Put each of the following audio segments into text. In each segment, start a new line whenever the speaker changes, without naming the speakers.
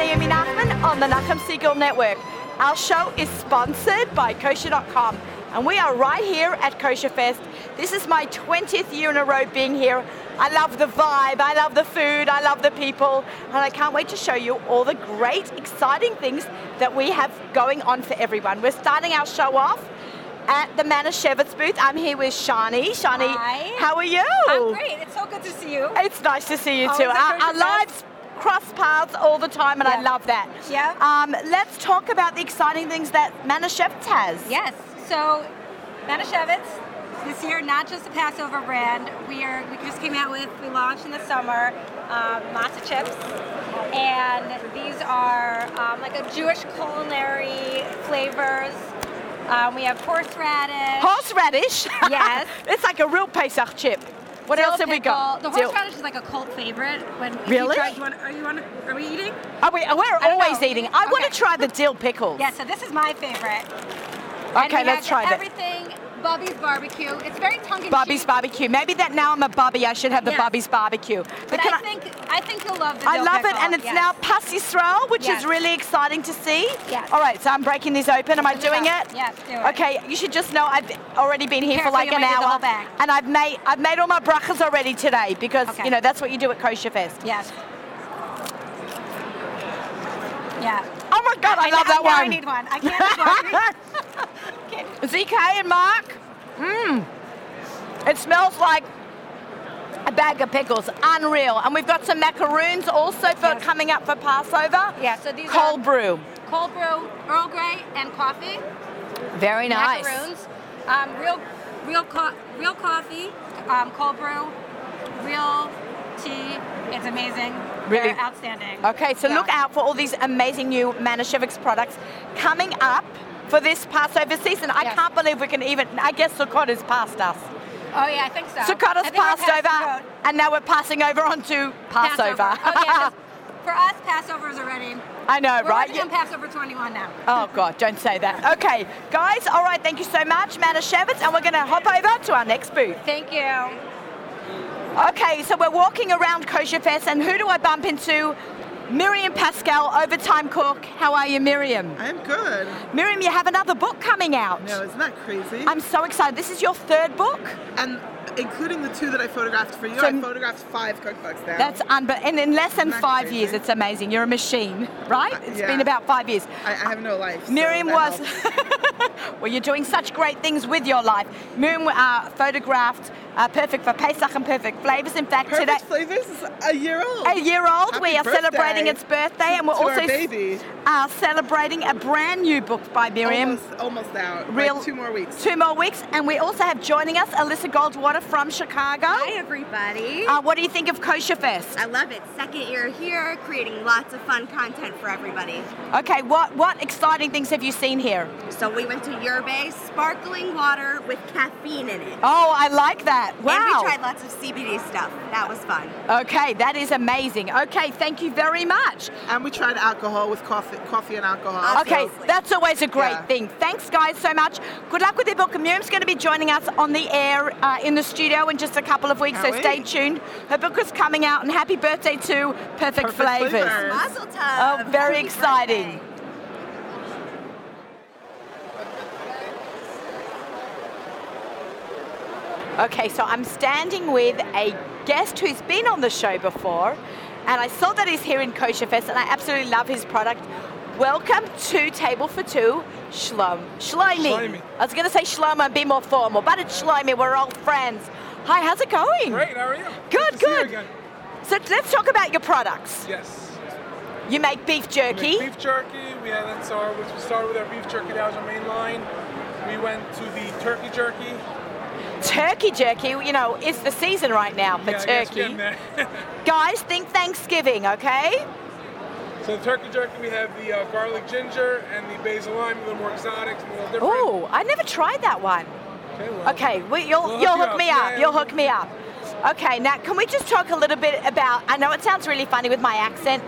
Amy Nachman on the Nachum Siegel Network. Our show is sponsored by kosher.com and we are right here at Kosher Fest. This is my 20th year in a row being here. I love the vibe, I love the food, I love the people, and I can't wait to show you all the great, exciting things that we have going on for everyone. We're starting our show off at the Manischewitz booth. I'm here with Shani. Shani,
Hi.
how are you?
I'm great. It's so good to see you.
It's nice to see you
Always
too.
a
Our, our
pleasure, Beth.
lives cross paths all the time, and I
Yeah.
love that.
Yeah.
Um, let's talk about the exciting things that Manischewitz has.
Yes. So, Manischewitz this year, not just a Passover brand. We are we just came out with we launched in the summer um, matzo chips, and these are um, like a Jewish culinary flavors. Um, we have horseradish.
Horseradish.
Yes.
it's like a real Pesach chip. What
dill
else have we got?
pickle. The
Dill-
horseradish is like a cult favorite. When if
Really?
You try, you want, are you on? Are we eating?
Are we, we're
don't
always
know.
eating. I want
Okay.
to try the dill pickles.
Yeah. So this is my favorite. And
Okay,
we
let's
have
try that.
everything. Bubby's barbecue. It's very tongue in
Bobby's
cheek.
barbecue. Maybe that now I'm a Bobby, I should have the
Yes.
Bobby's barbecue.
But
can
I, think I think you'll love the
I
dill
love it,
pickle,
and it's
yes.
now Pas Yisrael, which is
Yes.
really exciting to see.
Yes.
All right, so I'm breaking these open. Am I
Open it
doing
up.
it?
Yes, do it.
Okay, you should just know I've already been here for
Careful,
like
you
an
might get the
hour,
whole bag.
and I've made I've made all my brachas already today because
Okay.
you know that's what you do at Kosher Fest.
Yes. Yeah.
Oh my God, I, love
now,
that
now I
one.
need one. I can't eat one.
ZK and Mark. Mmm. It smells like a bag of pickles. Unreal. And we've got some macaroons also for
Yes.
coming up for Passover.
Yeah, so these
Cold
are-
brew.
Cold brew, Earl Grey, and coffee.
Very nice.
Macaroons. Um, real, real, co- real coffee. Um, cold brew. Real tea. It's amazing.
Really?
They're outstanding.
Okay, so
Yeah.
look out for all these amazing new Manischewitz products coming up for this Passover season. I
Yes.
can't believe we can even, I guess Sukkot has passed us.
Oh yeah, I think so.
Sukkot
I
has
think we're
passed
past the
over,
road.
and now we're passing over onto Passover.
Oh, yeah, 'cause for us, Passover is already.
I know,
We're
right?
working on Passover 21 now.
Oh God, don't say that. Okay, guys, all right, thank you so much, Manischewitz, and we're gonna hop over to our next booth.
Thank you.
Okay, so we're walking around Kosher Fest, and who do I bump into? Miriam Pascal, overtime cook. How are you, Miriam?
I'm good.
Miriam, you have another book coming out.
No, isn't that crazy?
I'm so excited. This is your third book.
and including the two that I photographed for you,
So-
I photographed five cookbooks now.
That's unbe- and in less than
Isn't that
five
crazy? Uh,
years, it's amazing. You're a machine, right? It's
yeah.
been about five years.
I, I have no life. so
Miriam
that
was.
helps.
well, you're doing such great things with your life. Miriam uh, photographed uh, Perfect for Pesach and Perfect Flavors. In fact,
Perfect
today.
Flavors is a year old.
A year old. we
Happy
are celebrating
birthday
its birthday, and we're
to
also
our baby.
Uh, celebrating a brand new book by Miriam.
Almost, almost out. Like two more weeks.
Two more weeks, and we also have joining us Alyssa Goldwater from Chicago.
Hi, everybody.
Uh, what do you think of Kosher Fest?
I love it. Second year here, creating lots of fun content for everybody.
Okay, what what exciting things have you seen here?
So we went to Yerbe, sparkling water with caffeine in it.
Oh, I like that. Wow.
And we tried lots of CBD stuff. That was fun.
Okay, that is amazing. Okay, thank you very much.
And we tried alcohol with coffee, coffee and alcohol.
Okay,
Absolutely.
that's always a great
Yeah.
thing. Thanks, guys, so much. Good luck with your book. And Miriam's going to be joining us on the air uh, in the studio in just a couple of weeks,
Can't
so stay
wait.
tuned. Her book is coming out, and happy birthday to Perfect,
Perfect Flavors.
Mazel tov.
Oh, very
Happy
exciting.
birthday.
Okay, so I'm standing with a guest who's been on the show before, and I saw that he's here in Kosher Fest, and I absolutely love his product. Welcome to Table for Two, Shlom. Shlomi.
Shlomi.
I was going to say Shlomo and be more formal, but it's Shlomi. We're all friends. Hi, how's it going?
Great, how are you?
Good,
to see you
good.
again.
So let's talk about your products.
Yes.
You make beef
We
jerky.
made beef jerky. We had that's our which we started with our beef jerky. That was our main line. We went to the turkey jerky.
Turkey jerky, you know, is the season right now for
yeah, I guess
turkey.
getting there.
Guys, think Thanksgiving, okay?
so the turkey jerky, we have the uh, garlic ginger and the basil lime, a little more exotic, a little different.
Oh, I never tried that one.
Okay. Well,
Okay, we, you'll,
We'll hook
you'll
you
hook
up.
me
Yeah,
up.
yeah,
You'll
we'll
hook me up. Okay, now can we just talk a little bit about? I know it sounds really funny with my accent,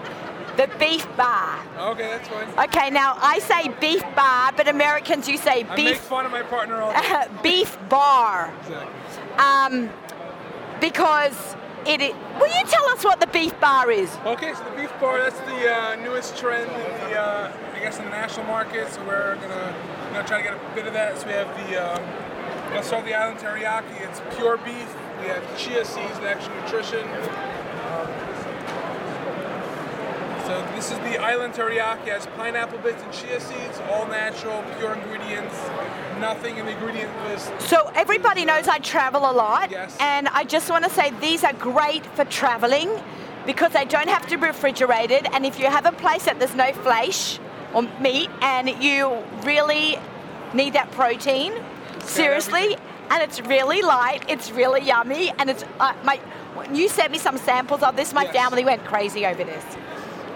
the beef bar.
Okay, that's fine.
Okay, now I say beef bar, but Americans you say
I make
beef
fun of my partner all the time.
beef bar
Exactly.
um, because It is. Will you tell us what the beef bar is?
Okay, so the beef bar, that's the uh, newest trend in the, uh, I guess, in the national market. So we're gonna, you know, try to get a bit of that. So we have the, um, you know, Salt of the Island teriyaki. It's pure beef. We have chia seeds and extra nutrition. Um, so this is the island teriyaki. It has pineapple bits and chia seeds, all natural, pure ingredients. Nothing in the ingredient list.
So everybody knows I travel a lot,
Yes.
and I just want to say these are great for traveling because they don't have to be refrigerated. And if you have a place that there's no flesh or meat, and you really need that protein, seriously, and it's really light, it's really yummy, and it's uh, my. When you sent me some samples of this, my
Yes.
family went crazy over this.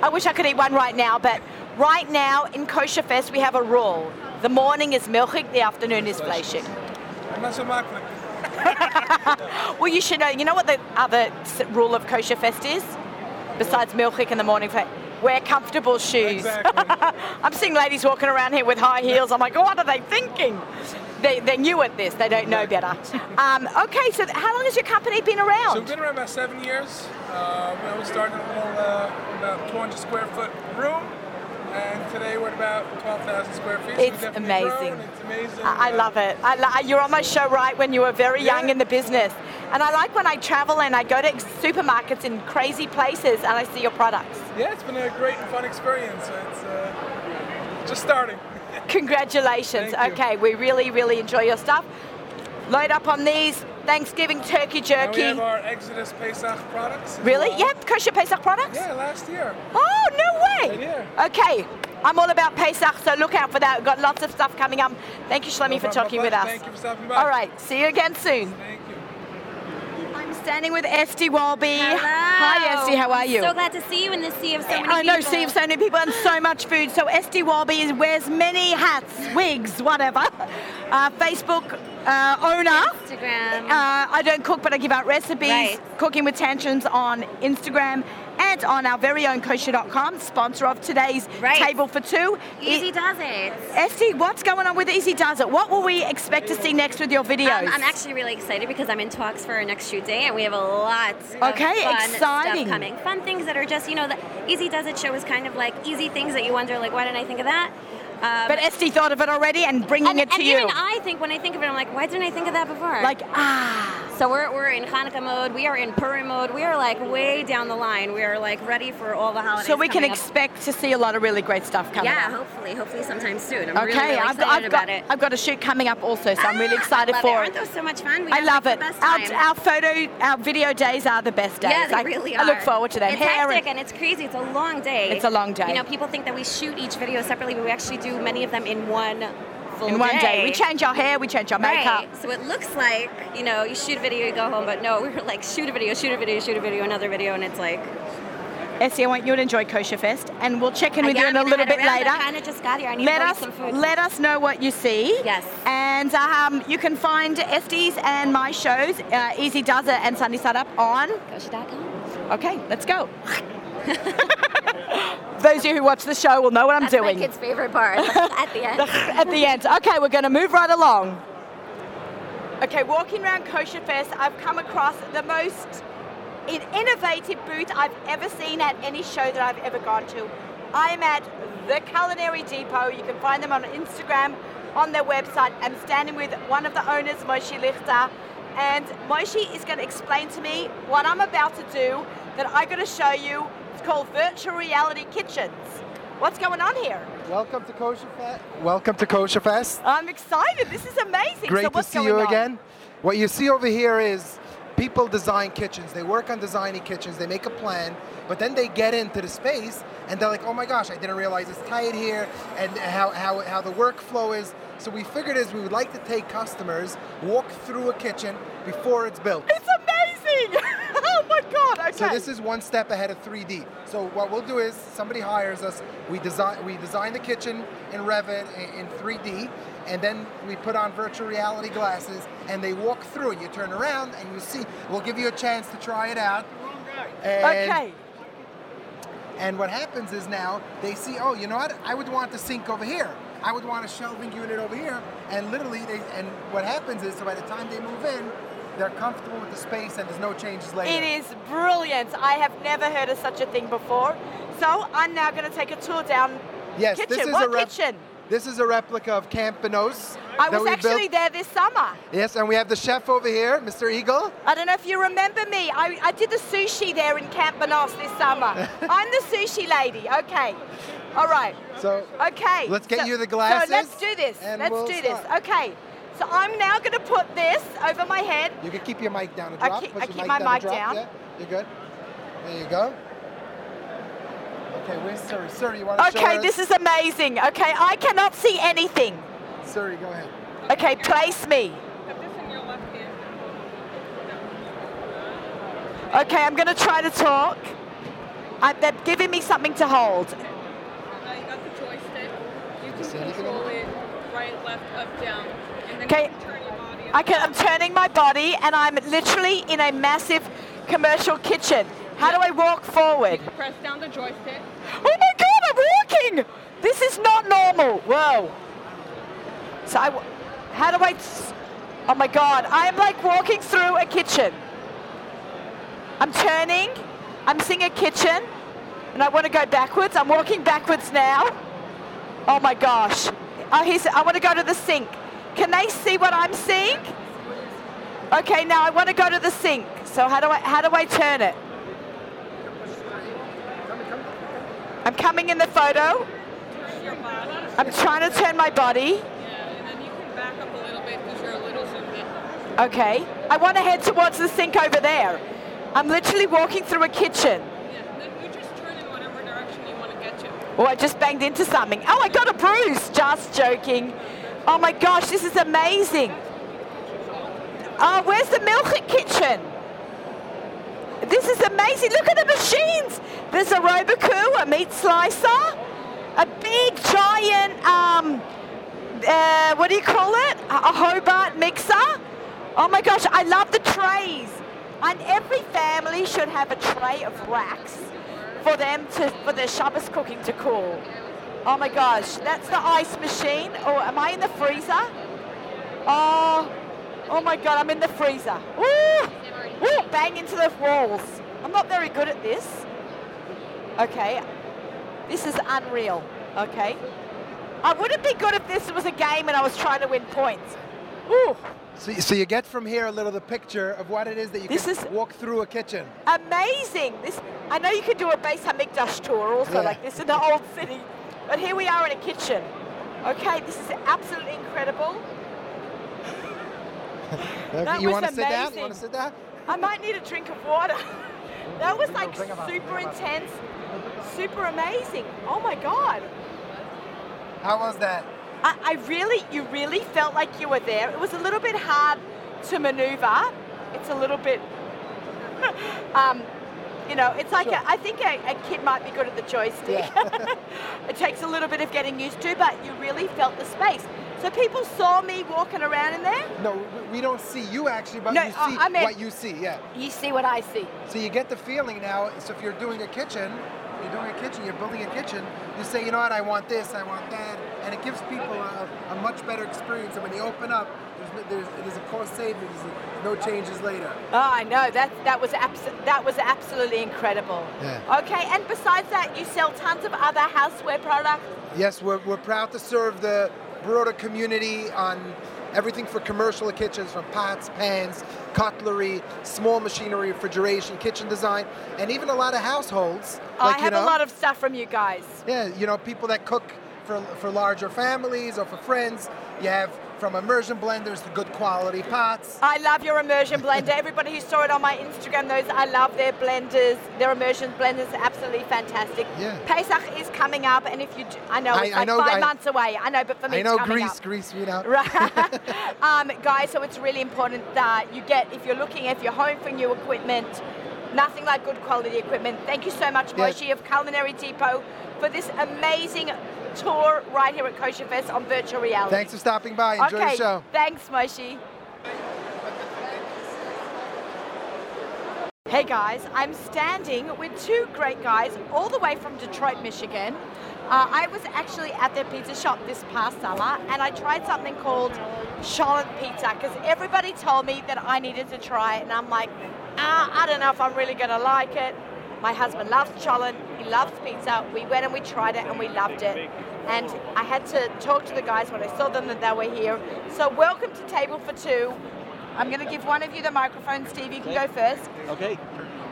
I wish I could eat one right now, but right now in Kosher Fest we have a rule: the morning is milchig, the afternoon is fleishig.
I'm not so mocking.
Well, you should know. You know what the other s- rule of kosher fest is, besides milkshake in the morning. For, wear comfortable shoes.
Exactly.
I'm seeing ladies walking around here with high heels. I'm like, what are they thinking? They, they're new at this. They don't know better. Um, okay, so how long has your company been
So we've
around?
been around about seven years. Uh, when I was starting a little uh, about 200 square foot room, and today we're at about 12,000 square feet. So we've
It's
definitely
amazing.
grown. It's amazing.
I I
Uh,
love it. I lo- you're on my show right when you were very young
Yeah.
in the business, and I like when I travel and I go to ex- supermarkets in crazy places and I see your products.
Yeah, it's been a great and fun experience. It's uh, just starting.
Congratulations.
Thank you.
Okay, we really, really enjoy your stuff. Load up on these Thanksgiving turkey
And we
jerky.
have our Exodus Pesach products. as
really?
well.
You have kosher Pesach products?
Yeah, last year.
Oh, no way.
Right here.
Okay, I'm all about Pesach, so look out for that. We've got lots of stuff coming up. Thank you, Shlomi,
No
for
problem,
talking
my
with us.
pleasure. Thank you for stopping by.
All right, see you again soon.
Thank you.
I'm standing with Esty Walby.
Hello.
Hi, Esty, how are
I'm
you?
So glad to see you in the sea of so many
I know,
people.
see so many people and so much food. So Esty Walby is- wears many hats, wigs, whatever. Uh, Facebook uh, owner.
Instagram.
Uh, I don't cook, but I give out recipes.
Right.
Cooking with Tantrums on Instagram and on our very own kosher.com, sponsor of today's
Right.
table for two.
Easy
E-
does it.
Esty, what's going on with Easy Does It? What will we expect to see next with your videos?
Um, I'm actually really excited because I'm in talks for our next shoot day, and we have a lot of
Okay,
fun
exciting.
stuff coming. Fun things that are just, you know, the Easy Does It show is kind of like easy things that you wonder, like, why didn't I think of that? Um,
but Esty thought of it already and bringing
and,
it to
and
you.
even I think when I think of it, I'm like, why didn't I think of that before?
like, ah,
so we're, we're in Hanukkah mode, we are in Purim mode, we are like way down the line. We are like ready for all the holidays.
so we can
coming up.
expect to see a lot of really great stuff coming
Yeah,
up.
hopefully, hopefully sometime soon. I'm
Okay,
really, really
I've,
excited
got, I've,
about
got,
it.
I've got a shoot coming up also, so I'm really
Ah,
excited
love it.
for
Aren't those so much fun? We
I
had,
love
like,
it.
the best
Our,
time.
our photo, our video days are the best days.
Yeah, they
I,
really
I
are.
look forward to them.
It's
Hair
hectic
and-
and it's crazy. It's a long day.
It's a long day.
You know, people think that we shoot each video separately, but we actually do many of them in one full
in one day. we change our hair, we change our makeup.
Right. So it looks like you know you shoot a video, you go home, but no, we were like shoot a video, shoot a video, shoot a video, another video, and it's like
Essie, I want you to enjoy Kosher Fest, and we'll check in with
I
you
am
in a
Uh, gonna
little
head
bit
around.
later.
I kind of just got here. I need
let
to go
us
eat some food.
let us know what you see.
Yes.
And um, you can find Estes and my shows, uh, Easy Does It and Sunday Setup on.
Goshi.com.
Okay, let's go. Those of you who watch the show will know what I'm
That's my
doing.
kid's favorite part at the end.
at the end. Okay, we're going to move right along. Okay, walking around Kosher Fest, I've come across the most in- innovative booth I've ever seen at any show that I've ever gone to. I'm at the Culinary Depot. You can find them on Instagram, on their website. I'm standing with one of the owners, Moshe Lichter, and Moshe is going to explain to me what I'm about to do that I'm going to show you. It's called virtual reality kitchens. What's going on here?
Welcome to Kosher Fest. Welcome to Kosher Fest.
I'm excited. This is amazing.
Great
so
to
what's
see
going
you
on?
again. What you see over here is people design kitchens. They work on designing kitchens. They make a plan, but then they get into the space and they're like, "Oh my gosh, I didn't realize it's tight here and how how, how the workflow is." So we figured is we would like to take customers walk through a kitchen before it's built.
It's amazing. oh my god. Okay.
So this is one step ahead of 3D. So what we'll do is somebody hires us, we design we design the kitchen in Revit i- in 3D, and then we put on virtual reality glasses and they walk through it. You turn around and you see. We'll give you a chance to try it out. And,
okay.
And what happens is now they see, oh, you know what? I would want the sink over here. I would want a shelving unit over here. And literally, they and what happens is, so by the time they move in, They're comfortable with the space and there's no changes later.
It is brilliant. I have never heard of such a thing before. So I'm now going to take a tour down
Yes,
kitchen.
this is
what
a rep-
kitchen?
This is a replica of Campanos.
I
that
was
we
actually
built.
there this summer.
Yes, and we have the chef over here, Mr. Eagle.
I don't know if you remember me. I, I did the sushi there in Camp Banos this summer. I'm the sushi lady. Okay. All right.
So
Okay.
Let's get
so-
you the glasses,
So let's do this.
and
Let's
we'll
do this.
start.
Okay. So I'm now going to put this over my head.
you can keep your mic down a
I
drop.
keep-
Push
I
your
keep my
down a
mic
drop.
down.
Yeah, you're good. There you go. Okay, where's Suri? Suri, you want to show
Okay,
us?
this is amazing. Okay, I cannot see anything.
Suri, go ahead.
Okay, place me. Okay, I'm going to try to talk. I, they're giving me something to hold.
I Uh, got the joystick. You
Is there
can
anything
control
on
it right, left, up, down, and then
Okay.
you can turn your body.
I can, I'm turning my body and I'm literally in a massive commercial kitchen. How do I walk forward?
Press down the joystick.
Oh my god, I'm walking! This is not normal. Whoa. So I, w- how do I, s- oh my god, I am like walking through a kitchen. I'm turning, I'm seeing a kitchen, and I want to go backwards. I'm walking backwards now. Oh my gosh. Oh, here's, I want to go to the sink. Can they see what I'm seeing? Okay, now I want to go to the sink. So how do I, how do I turn it? I'm coming in the photo.
Turn your body.
I'm trying to turn my body.
Yeah, and then you can back up a little bit because you're a little zoomed in.
Okay. I want to head towards the sink over there. I'm literally walking through a kitchen.
Yeah, and then you just turn in whatever direction you want to get to.
Oh, I just banged into something. Oh, I got a bruise. Just joking. Oh my gosh, this is amazing. Oh, where's the milk kitchen? This is amazing. Look at the machines. There's a Roboku, a meat slicer, a big giant, um, uh, what do you call it? A a Hobart mixer. Oh my gosh, I love the trays. And every family should have a tray of racks for them to, for their Shabbos cooking to cool. Oh my gosh, that's the ice machine. Oh, am I in the freezer? Oh, oh my god, I'm in the freezer. Woo! Woo! Bang into the walls. I'm not very good at this. Okay, this is unreal. Okay, I wouldn't be good if this was a game and I was trying to win points. Ooh,
So, so you get from here a little the picture of what it is that you
This
can
is-
walk through a kitchen.
amazing! This I know you could do a base Hamikdash tour also
Yeah.
like this in the old city, but here we are in a kitchen. Okay, this is absolutely incredible.
Okay,
That
you
was
wanna sit down? You
amazing.
want to sit down?
I might need a drink of water. That was like
Bring 'em up,
super
bring 'em up.
intense, super amazing. Oh my god!
How was that?
I, I really, you really felt like you were there. It was a little bit hard to maneuver. It's a little bit, um, you know, it's like a, I think a, a kid might be good at the joystick. it takes a little bit of getting used to, but you really felt the space. So people saw me walking around in there.
No, we- we don't see you actually, but
No,
you see
I- I meant-
what you see. Yeah.
You see what I see.
So you get the feeling now. So if you're doing a kitchen, you're doing a kitchen, you're building a kitchen. You say, you know what, I want this, I want that, and it gives people a, a much better experience. And when you open up, there's, there's, there's a cost savings, there's no changes later.
Oh, I know that that was abs- that was absolutely incredible.
Yeah.
Okay, and besides that, you sell tons of other houseware products.
Yes, we're, we're proud to serve the broader community on everything for commercial kitchens from pots, pans, cutlery, small machinery, refrigeration, kitchen design, and even a lot of households.
I have a lot of stuff from you guys.
Yeah, you know, people that cook for, for larger families or for friends. You have from immersion blenders to good quality pots.
I love your immersion blender. Everybody who saw it on my Instagram knows I love their blenders. Their immersion blenders are absolutely fantastic.
Yeah.
Pesach is coming up, and if you, do, I know
I-
it's
I
like
know-
five
I-
months away. I know, but for me,
I know
it's coming
Greece,
up.
Greece, you know.
Right. um, guys, so it's really important that you get, if you're looking, if you're home for new equipment, nothing like good quality equipment. Thank you so much,
Yeah.
Moshi of Culinary Depot, for this amazing tour right here at Kosher Fest on virtual reality.
Thanks for stopping by. Enjoy
okay,
the show.
Thanks, Moshi. Hey guys, I'm standing with two great guys all the way from Detroit, Michigan. Uh, I was actually at their pizza shop this past summer and I tried something called Charlotte pizza because everybody told me that I needed to try it and I'm like, ah, I don't know if I'm really going to like it. My husband loves Charlotte, he loves pizza. We went and we tried it and we loved it. And I had to talk to the guys when I saw them that they were here. So, welcome to Table for Two. I'm going to give one of you the microphone. Steve, you can go first.
Okay.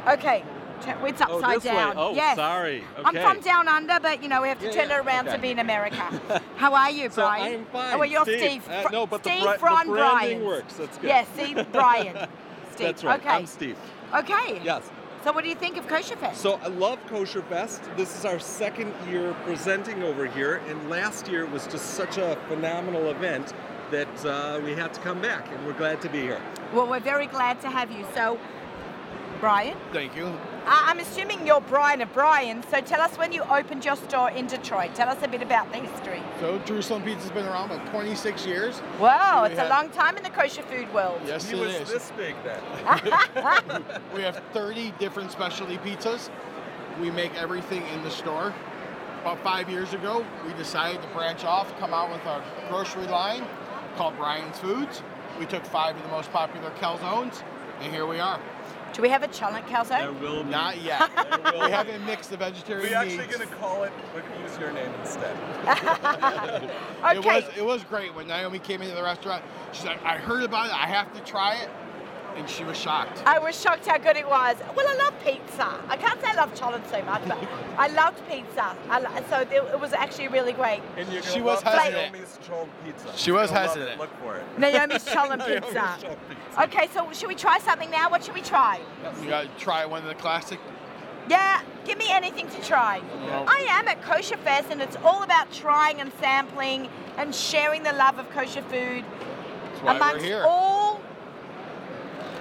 Okay. Turn- It's upside
this way.
down.
Oh,
yes.
sorry.
I'm
Okay.
from down under, but you know we have to
Yeah,
turn
yeah.
it around to
Okay.
be in America. How are you,
So
Brian?
I'm fine.
Oh, well, you're Steve.
Steve. Uh,
Fr-
no, but the
Steve
bra- the
Brian
branding
Bryant.
works. That's good.
Yes, Steve Brian. Steve.
That's right.
Okay.
I'm Steve.
Okay.
Yes.
So what do you think of Kosher Fest?
So I love Kosher Fest. This is our second year presenting over here, and last year was just such a phenomenal event that uh, we had to come back, and we're glad to be here.
well, we're very glad to have you. So, Brian,
Thank you.
uh, I'm assuming you're Brian of Brian. So tell us when you opened your store in Detroit. Tell us a bit about the history.
So Jerusalem Pizza's been around for 26 years.
Wow,
We
Oh, it's
had-
a long time in the kosher food world.
Yes, it is.
big then.
we have 30 different specialty pizzas. We make everything in the store. About five years ago, we decided to branch off, come out with our grocery line called Brian's Foods. We took five of the most popular calzones, and here we are.
Do we have a challenge calzone?
will
Not yet. we haven't mixed the vegetarian
We're actually
meats.
going to call it, but use your name instead.
Okay.
It was it was great when Naomi came into the restaurant. She's like, I heard about it. I have to try it, and she was shocked.
I was shocked how good it was. Well, I love pizza. I can't say I love cholent so much, but I loved pizza. I lo- so it- it was actually really great.
And you're
She
gonna
was
love
hesitant.
Naomi's Chol Pizza.
She was
You're gonna love
hesitant.
It. Look for it.
Naomi's cholent
Naomi's
pizza.
Chol Pizza.
Okay, so should we try something now? What should we try?
You gotta try one of the classic.
Yeah, give me anything to try. I am at Kosher Fest, and it's all about trying and sampling and sharing the love of kosher food
That's why we're
amongst
here.
all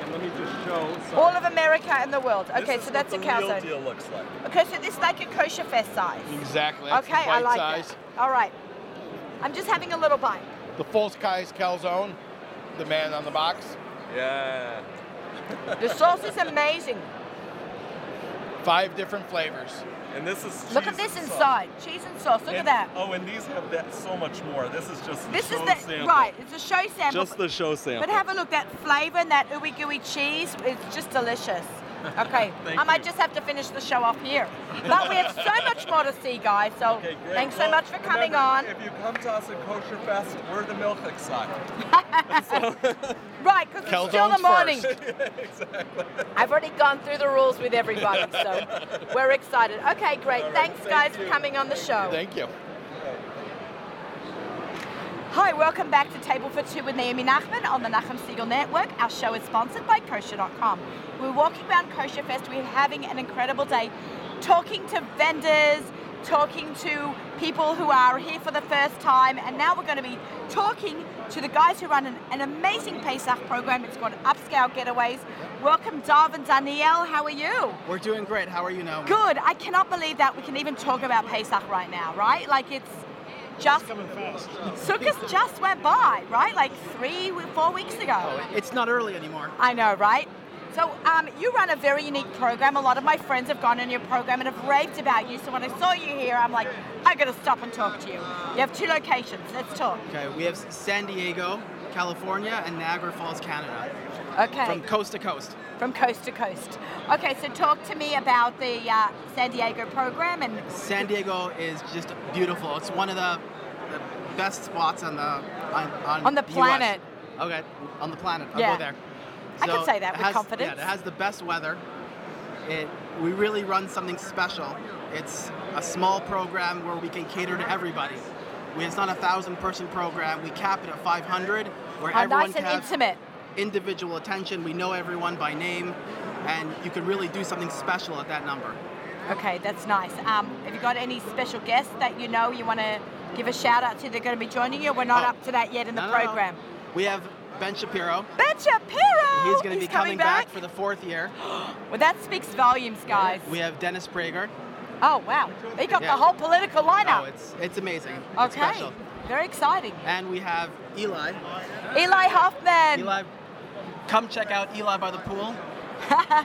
And let me just show. so
all of America and the world. Okay,
this is
so that's a
what the real
calzone.
deal looks like.
Okay, so this is like a Kosher Fest size.
Exactly. That's
Okay,
the
I
bite
like
size.
that. All right, I'm just having a little bite.
The full size calzone, the man on the box.
Yeah.
The sauce is amazing.
Five different flavors.
And this is.
Look at
cheese
this
and
inside. Cheese and sauce. Look at
And-
that.
Oh, and these have that so much more. This is just the
This is
show
the
sample.
right. It's a show sample.
Just the show sample.
But have a look. That flavor and that ooey gooey cheese is just delicious. Okay,
Thank
I might
you.
just have to finish the show off here. But we have so much more to see, guys. So
Okay, great.
thanks so
Well,
much for coming
remember,
on.
If you come to us at Kosher Fest, we're the milk exotic.
Right, because it's still the
Calzones
morning.
first.
I've already gone through the rules with everybody, so we're excited. Okay, great. Thanks, guys, for coming on the show.
Thank you.
Hi, welcome back to Table for Two with Naomi Nachman on the Nachum Siegel Network. Our show is sponsored by kosher.com. We're walking around Kosher Fest, we're having an incredible day talking to vendors, talking to people who are here for the first time, and now we're going to be talking to the guys who run an, an amazing Pesach program. It's called Upscale Getaways. Welcome, Dov and Danielle. How are you?
We're doing great. How are you now?
Good. I cannot believe that we can even talk about Pesach right now, right? Like it's just Sukkot just went by, right? Like three, four weeks ago.
It's not early anymore.
I know, right? So um, you run a very unique program. A lot of my friends have gone in your program and have raved about you. So when I saw you here, I'm like, I gotta stop and talk to you. You have two locations. Let's talk.
Okay, we have San Diego, California, and Niagara Falls, Canada.
Okay.
From coast to coast.
From coast to coast. Okay, so talk to me about the uh, San Diego program and
San Diego is just beautiful. It's one of the, the best spots on the on, on,
On the
US.
planet.
Okay, on the planet. I'll
Yeah.
go there.
I can say that
it
with
has-
confidence.
Yeah, it has the best weather. It we really run something special. It's a small program where we can cater to everybody. We, it's not a thousand person program. We cap it at 500, where
how
everyone
nice and
can have
intimate.
individual attention. We know everyone by name, and you can really do something special at that number.
Okay, that's nice. Um, have you got any special guests that you know you want to give a shout out to? They're going to be joining you. We're not
Oh.
up to that yet in the
No, no, no.
program.
We have Ben Shapiro.
Ben Shapiro.
He's going to be
coming
back. for the fourth year.
Well, that speaks volumes, guys.
We have Dennis Prager.
Oh wow, they got
Yeah.
the whole political
Oh,
lineup.
it's it's amazing. It's
okay,
special.
very exciting.
And we have Eli.
Eli Hoffman.
Eli, come check out Eli by the pool.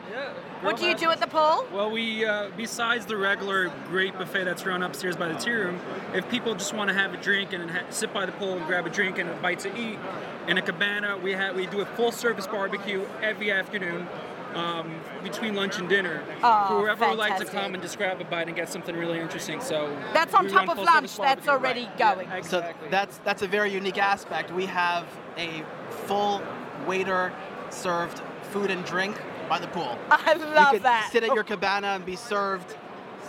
What do you do at the pool?
Well, we uh, besides the regular great buffet that's run upstairs by the tea room, if people just want to have a drink and ha- sit by the pool and grab a drink and a bite to eat, in a cabana we have we do a full service barbecue every afternoon. Um, between lunch and dinner,
Oh,
whoever would like to
fantastic.
come and just grab a bite and get something really interesting. So
That's on
we
top
run
of
full service
lunch. That's
barbecue,
already
right.
going.
So that's that's a very unique aspect. We have a full waiter served food and drink by the pool.
I
you
love
could
that.
Sit at your cabana and be served.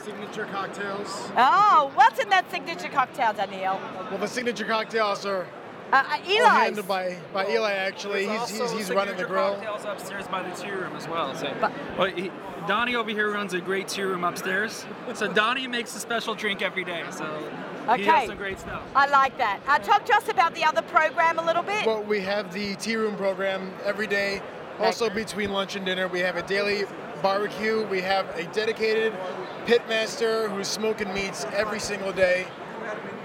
Signature cocktails.
Oh, what's in that signature cocktail, Danielle?
Well, the signature cocktails are
Uh, uh,
all
Eli's.
handled by, by Eli, actually.
Oh, There's
He's, he's,
also
he's running the
signature
grill.
Cocktails upstairs by the tea room as well. So, Well, he- Donnie over here runs a great tea room upstairs. So Donnie makes a special drink every day. So he
Okay.
has some great stuff.
I like that. Uh, talk to us about the other program a little bit.
Well, we have the tea room program every day. Also, between lunch and dinner, we have a daily barbecue. We have a dedicated pit master who's smoking meats every single day.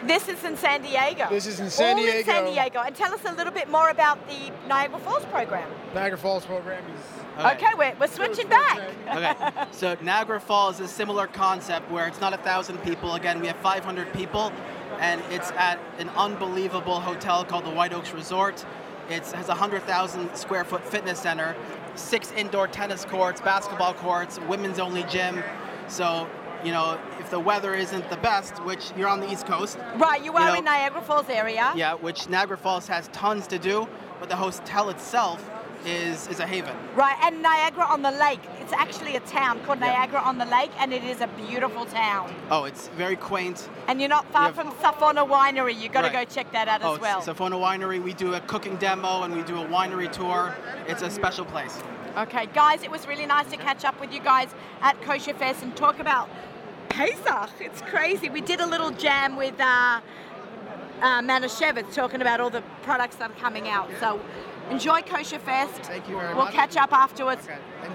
This is in San Diego.
This is in San
All in San
Diego.
Diego. And tell us a little bit more about the Niagara Falls program.
Niagara Falls program is.
Okay, we're, we're switching back.
okay. So Niagara Falls is a similar concept where it's not a thousand people. Again, we have 500 people, and it's at an unbelievable hotel called the White Oaks Resort. It has a hundred thousand square foot fitness center, six indoor tennis courts, basketball courts, women's only gym. So you know, if the weather isn't the best, which you're on the East Coast,
Right, you are
know,
in Niagara Falls area.
yeah, which Niagara Falls has tons to do, but the hotel itself is is a haven.
Right, and Niagara on the Lake. It's actually a town called Niagara on the Lake, and it is a beautiful town.
Oh, it's very quaint.
And you're not far
Yeah.
from Safona Winery. You've got to
Right.
go check that out
oh,
as well.
it's Safona Winery. We do a cooking demo and we do a winery tour. It's a special place.
Okay, guys, it was really nice to catch up with you guys at Kosher Fest and talk about Pesach. It's crazy. We did a little jam with uh, uh, Manischewitz talking about all the products that are coming out. So enjoy Kosher Fest. Thank you very we'll
much.
We'll catch up afterwards.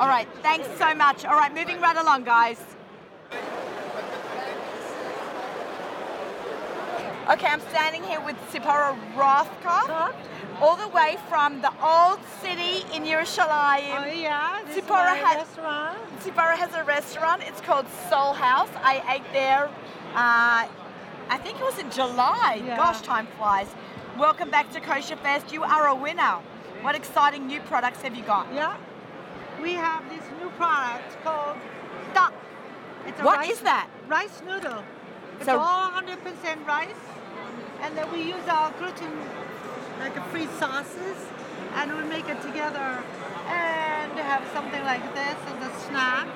all right, thanks so much. All right, moving right along, guys. Okay, I'm standing here with Sipora Rothkopf, all the way from the old city in Yerushalayim.
Oh, yeah, this is
Sipora
my
has Sipora has a restaurant. It's called Soul House. I ate there. Uh, I think it was in July.
Yeah.
Gosh, time flies. Welcome back to Kosher Fest. You are a winner. What exciting new products have you got?
Yeah. We have this new product called duck. It's
What is that?
Rice noodle. It's
So-
all 100% rice, and then we use our gluten, like a free sauces, and we make it together and have something like this as a snack.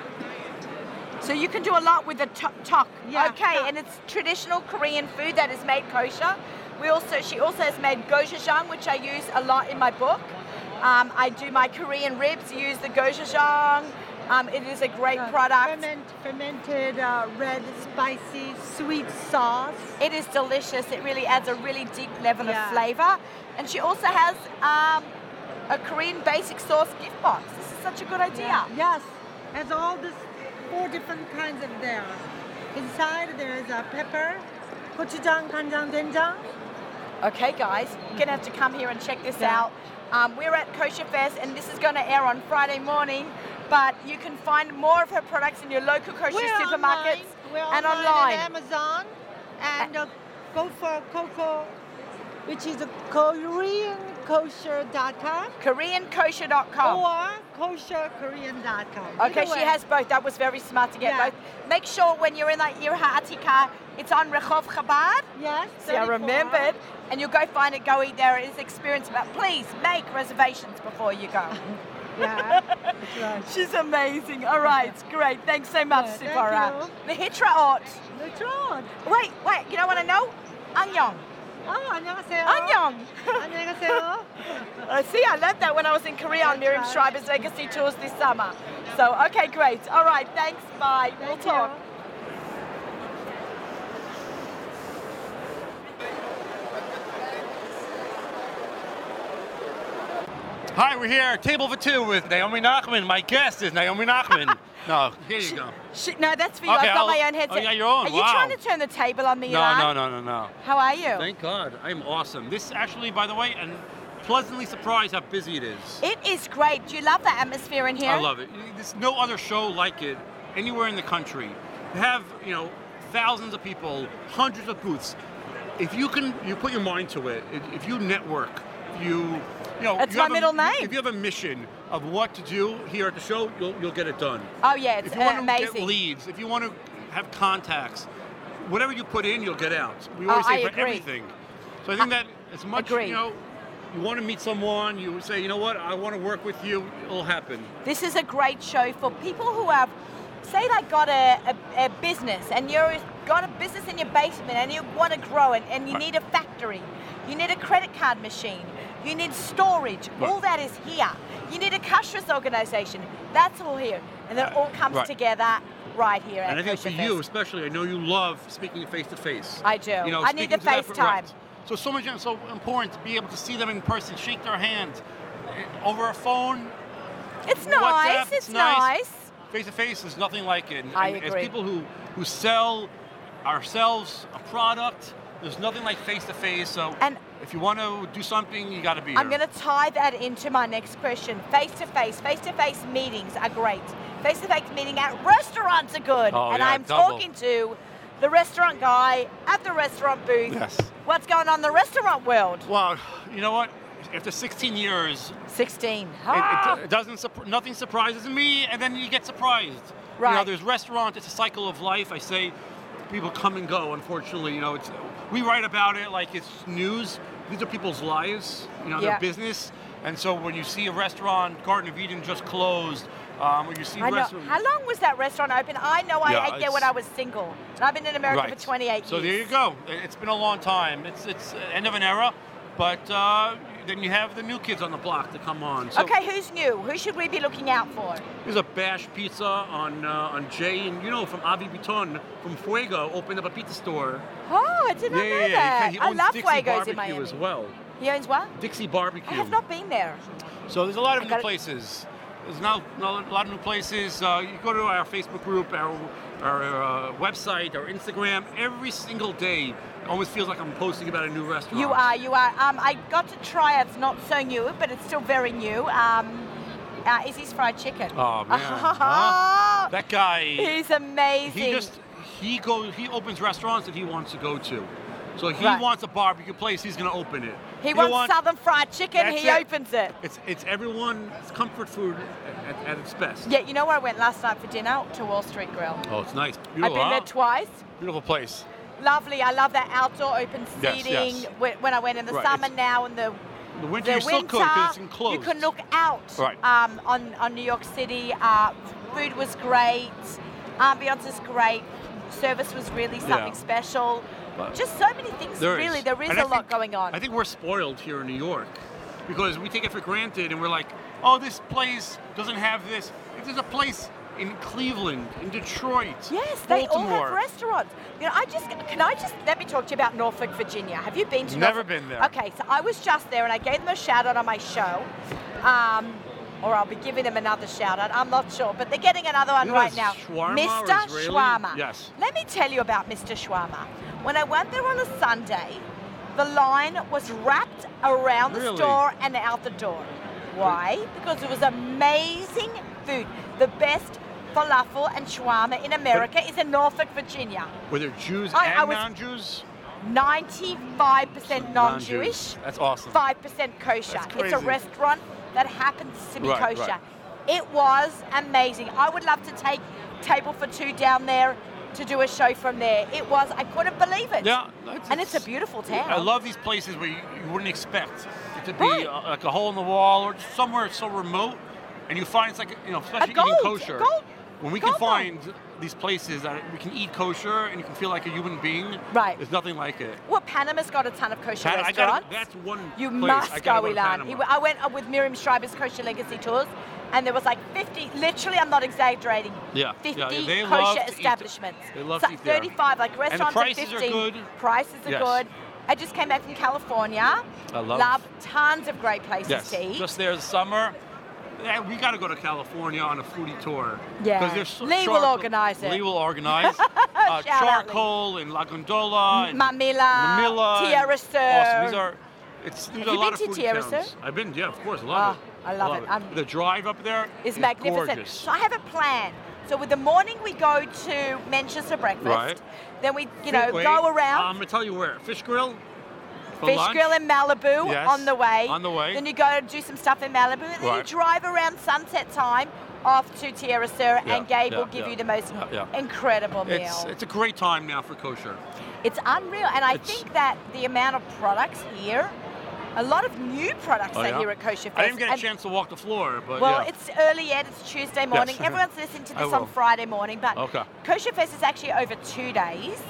So you can do a lot with the tok. tok. okay, and it's traditional Korean food that is made kosher. We also, she also has made gochujang, which I use a lot in my book. Um, I do my Korean ribs, use the gochujang. Um, it is a great
Uh,
product.
ferment- fermented uh, red, spicy, sweet sauce.
It is delicious. It really adds a really deep level
Yeah.
of flavor. And she also has um, a Korean basic sauce gift box. This is such a good idea.
Yeah, Yes, has all this four different kinds of there. Inside there is a pepper, gochujang, kanjang, doenjang.
Okay, guys, you're gonna have to come here and check this
Yeah.
out. Um, we're at Kosher Fest, and this is gonna air on Friday morning. But you can find more of her products in your local kosher
We're
supermarkets
online. We're
and
online,
online.
at Amazon, and uh, go for Coco, which is KoreanKosher.com.
KoreanKosher.com.
Or KosherKorean.com.
Okay, she has both. That was very smart to get
Yeah.
both. Make sure when you're in that Irha Atika, it's on Rehov Chabad.
Yes.
See, I
34.
remembered. And you'll go find it, go eat there. It is experience, but please make reservations before you go.
yeah,
She's amazing. All right, it's great. Thanks so much,
Yeah, thank
Sipora. Nehitra Ot. Wait, wait, you know what I know? Anyong.
Oh, 안녕하세요.
Anyong.
안녕하세요.
I Uh, see, I learned that when I was in Korea on Miriam Schreiber's Legacy Tours this summer. So, okay, great. All right, thanks, bye. we'll talk.
Hi, we're here at Table for Two with Naomi Nachman. My guest is Naomi Nachman. no, here you go.
Sh- no, that's for you.
Okay,
I've got
I'll-
my own headset.
oh, yeah, your own.
Are you
Wow.
trying to turn the table on me,
No,
Ilan?
no, no, no, no.
How are you?
Thank God, I'm awesome. This actually, by the way, and pleasantly surprised how busy it is.
It is great. Do you love the atmosphere in here?
I love it. There's no other show like it anywhere in the country. You have, you know, thousands of people, hundreds of booths. If you can, you put your mind to it. if- If you network, you, you know,
That's
you
my
have a-
middle name.
If you have a mission of what to do here at the show, you'll, you'll get it done.
Oh yeah, it's
if you want
amazing.
to get leads, if you want to have contacts, whatever you put in, you'll get out. We
Oh,
always
I
say for
agree.
everything. So I think that as much
Agree.
you know, you want to meet someone, you say, you know what, I want to work with you. It'll happen.
This is a great show for people who have, say, like got a, a, a business and you're got a business in your basement and you want to grow it and you
Right.
need a factory, you need a credit card machine, you need storage.
Right.
All that is here. You need a cashless organization. That's all here, and it all comes
Uh, Right.
together right here.
And I
at
think for
Kosher
you
Fest.
especially, I know you love speaking face to face.
I do. I
speaking
need the
to that-
FaceTime.
right. So so much so important to be able to see them in person, shake their hand, over a phone.
It's
WhatsApp,
nice. It's, nice.
Face to face is nothing like it. And
I
As
agree.
people who who sell ourselves a product, there's nothing like face to face. So if you want to do something, you got to be.
I'm
here.
going to tie that into my next question. Face to face, face to face meetings are great. Face to face meeting at restaurants are good.
Oh,
and
yeah,
I'm
double.
talking to the restaurant guy at the restaurant booth.
Yes.
What's going on in the restaurant world?
Well, you know what? After 16 years.
16.
It, it, it doesn't. surp- Nothing surprises me, and then you get surprised. You know,
Right.
there's restaurants. It's a cycle of life. I say, people come and go. Unfortunately, you know, it's we write about it like it's news. These are people's lives. You know,
Yeah.
their business. And so when you see a restaurant, Garden of Eden just closed, um, when you see
I know.
restaurants.
How long was that restaurant open? I know I
Yeah,
ate there when
it's-
I was single. And I've been in America
Right.
for 28
So
years.
there you go. It- It's been a long time. It's it's the end of an era, but uh, then you have the new kids on the block that come on. So
okay, who's new? Who should we be looking out for?
There's a Bash Pizza on uh, on Jay, and you know from Avi Biton from Fuego opened up a pizza store.
Oh, I did not
yeah,
know
yeah, yeah.
that.
He, he
I
owns
love
Dixie
Fuegos
Barbecue
in Miami.
as well.
He owns what?
Dixie Barbecue.
I have not been there.
So there's a lot of
I
new
gotta-
places. There's now now a lot of new places. Uh, you go to our Facebook group, our our uh, website, our Instagram. Every single day, it almost feels like I'm posting about a new restaurant.
You are, you are. Um, I got to try it. It's not so new, but it's still very new. Um, uh, Izzy's fried chicken.
Oh man, Huh? that guy.
He's amazing.
He just he goes he opens restaurants that he wants to go to. So he
Right.
wants a barbecue place, he's gonna open it.
He
You
wants
want-
southern fried chicken.
That's
He
it.
opens it.
It's it's everyone's comfort food at, at its best.
Yeah, you know where I went last night for dinner? To Wall Street Grill.
Oh, it's nice.
I've been
Beautiful,
there
huh?
twice.
Beautiful place.
Lovely. I love that outdoor open
Yes,
seating.
yes.
Wh- When I went in the
Right,
summer
it's-
now and the
The winter
the
you still could because it's
winter,
enclosed.
You can look out
Right.
um, on, on New York City. Uh, food was great. Ambiance is great. Service was really
Yeah.
something special.
But-
Just so many things.
There
really,
is.
there is
And
a
I
lot
think-
going on.
I think we're spoiled here in New York because we take it for granted and we're like, oh, this place doesn't have this. If there's a place in Cleveland, in Detroit,
yes, they all have
Baltimore,
restaurants. You know, I just can I just let me talk to you about Norfolk, Virginia. Have you been to?
Never
Norfolk?
been there.
Okay, so I was just there and I gave them a shout out on my show. Um, or I'll be giving them another shout out. I'm not sure, but they're getting another one
You know
right
it's
now.
shawarma or
Mr.
Israeli?
Schwama.
Yes.
Let me tell you about Mr. Schwama. When I went there on a Sunday, the line was wrapped around the
Really?
store and out the door. Why? Because it was amazing food. The best falafel and shawarma in America is in Norfolk, Virginia.
were there Jews
I-
and
I was-
non-Jews?
95% non Jewish,
That's awesome.
5% kosher.
That's
It's a
crazy.
restaurant that happens to be
Right, right.
kosher. It was amazing. I would love to take Table for Two down there to do a show from there. It was, I couldn't believe it.
Yeah, that's-
and it's a beautiful town.
I love these places where you, you wouldn't expect it to be uh, like a hole in the wall or just somewhere so remote, and you find it's like you know, especially
gold,
eating kosher.
gold-
when we
gold
can
mine.
find these places that we can eat kosher and you can feel like a human being,
right?
There's nothing like it.
Well, Panama's got a ton of kosher
Pan- I gotta-
restaurants.
that's one
You
place
must
I
go,
gotta go to
Ilan. He-
Panama.
I went up with Miriam Schreiber's Kosher Legacy Tours, and there was like 50, literally, I'm not exaggerating,
Yeah,
50
yeah, they
kosher
love to eat-
establishments.
they love
So
to eat there.
35, like
And the
restaurants
prices
are
are
15.
good.
Prices are
Yes.
good. I just came back from California.
I love-
tons of great places
Yes,
to eat.
just there this summer. Yeah, we got to go to California on a foodie tour.
Yeah.
'Cause there's so-
Lee will
charcoal-
organize it.
Lee will organize. uh,
Shout out, Lee.
charcoal and La Gondola. and
Mamila,
Manila.
Tierra
and
Sur.
Awesome. These are It's
Have
there's a
you
lot
been
of food
to
towns.
Tierra, sir?
I've been, yeah, of course, love it.
Ah, I love it. I'm-
the drive up there
It's
is
magnificent.
gorgeous.
So I have a plan. So with the morning we go to Manchester breakfast.
Right.
Then we, you know,
Wait,
go around.
I'm gonna tell you where. Fish Grill. for
Fish
lunch.
Grill in Malibu
Yes,
on the way.
on the way.
Then you go and do some stuff in Malibu. And then
Right.
you drive around sunset time off to Tierra Sur
Yeah,
and Gabe
yeah,
will give
yeah,
you the most
yeah, yeah.
incredible meal.
It's it's a great time now for kosher.
It's unreal, and I
It's-
think that the amount of products here, a lot of new products
Oh,
are
yeah?
here at Kosher Fest.
I didn't get a
and-
chance to walk the floor, but
well,
yeah.
it's early yet. It's Tuesday morning.
Yes.
Everyone's listening to
I
this on
will.
Friday morning, but
Okay.
Kosher Fest is actually over two days.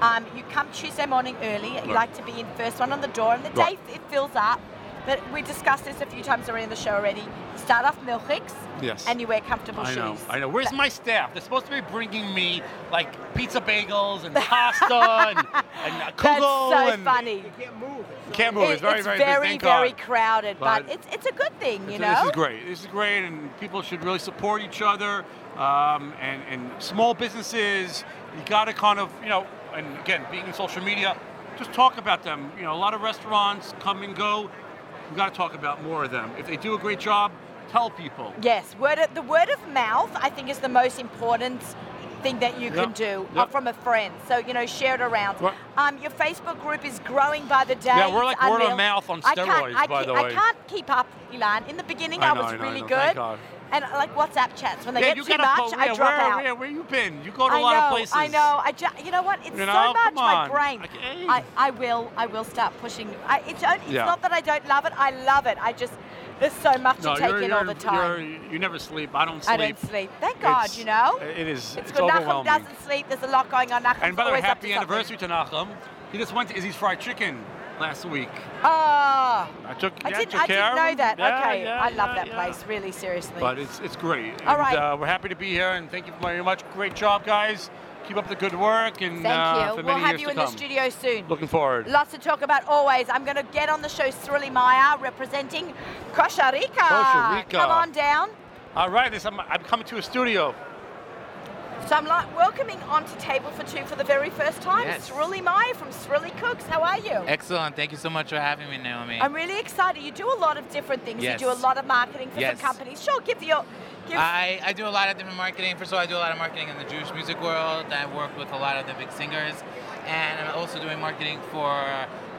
Um, you come Tuesday morning early. You
Right.
like to be in first one on the door, and the
Right.
day it fills up. But we discussed this a few times already in the show already. You start off milchiks,
Yes.
and you wear comfortable
I
shoes.
know, I know. Where's my staff? They're supposed to be bringing me like pizza bagels and pasta and, and uh,
That's
kugel
so
and
funny. You
can't move.
You can't move. It's very,
it's
very busy.
very,
Thank
very
God.
crowded, but,
But
it's it's a good thing, you
So
know.
This is great. This is great, and people should really support each other. Um, and, and small businesses, you got to kind of, you know, and again, being in social media, just talk about them. You know, a lot of restaurants come and go. You got to talk about more of them. If they do a great job, tell people.
Yes, word of, the word of mouth I think is the most important thing that you can
Yep,
do uh,
yep.
from a friend. So you know, share it around.
Right.
Um, your Facebook group is growing by the day.
Yeah, we're
It's
like word of
unreal.
mouth on
I can't-
steroids,
I
by
ca-
the
I
way.
can't keep up, Elan. In the beginning,
I
I,
know,
was
I know, I
really
know.
good.
Thank God.
And like WhatsApp chats, when they
yeah,
get
you
too
gotta
much,
put-
I
yeah,
drop
where,
out.
Where, where you been? You go to
I
a lot
know,
of places.
I know. I ju- you know what? It's
You
so
know,
much
come
my
on.
brain.
Okay.
I, I will I will start pushing. I, it's only, it's
Yeah.
not that I don't love it. I love it. I just there's so much
No,
to take
you're,
in
you're,
all the time.
You're, you never sleep. I don't sleep.
I don't sleep. Thank God,
It's-
you know.
It is.
It's
It's,
good. Nachum
overwhelming.
doesn't sleep. There's a lot going on. Nachum's
And by the way,
always up to
happy anniversary to Nachum. He just went to Izzy's Fried Chicken last week.
something. Ah.
I took,
I
yeah,
didn't.
took
I
care
didn't
of
know
him.
that.
Yeah,
okay.
yeah,
I love
yeah,
that
yeah.
place. Really, seriously.
But it's it's great.
All
and,
right.
Uh, we're happy to be here, and thank you very much. Great job, guys. Keep up the good work, and
Thank
uh,
you.
for
We'll
many
have
years
you
to
in
come.
the studio soon.
Looking forward.
Lots to talk about always. I'm going to get on the show Srilly Maya representing Costa Rica.
Costa Rica.
Come on down.
All right, this, I'm, I'm coming to a studio.
So I'm like welcoming onto Table for Two for the very first time.
Yes.
Srilly Maya from Srilly Cooks. How are you?
Excellent. Thank you so much for having me, Naomi.
I'm really excited. You do a lot of different things.
Yes.
You do a lot of marketing for
Yes.
some companies. Sure, give your give
I, I do a lot of different marketing. First of all, I do a lot of marketing in the Jewish music world. I work with a lot of the big singers. And I'm also doing marketing for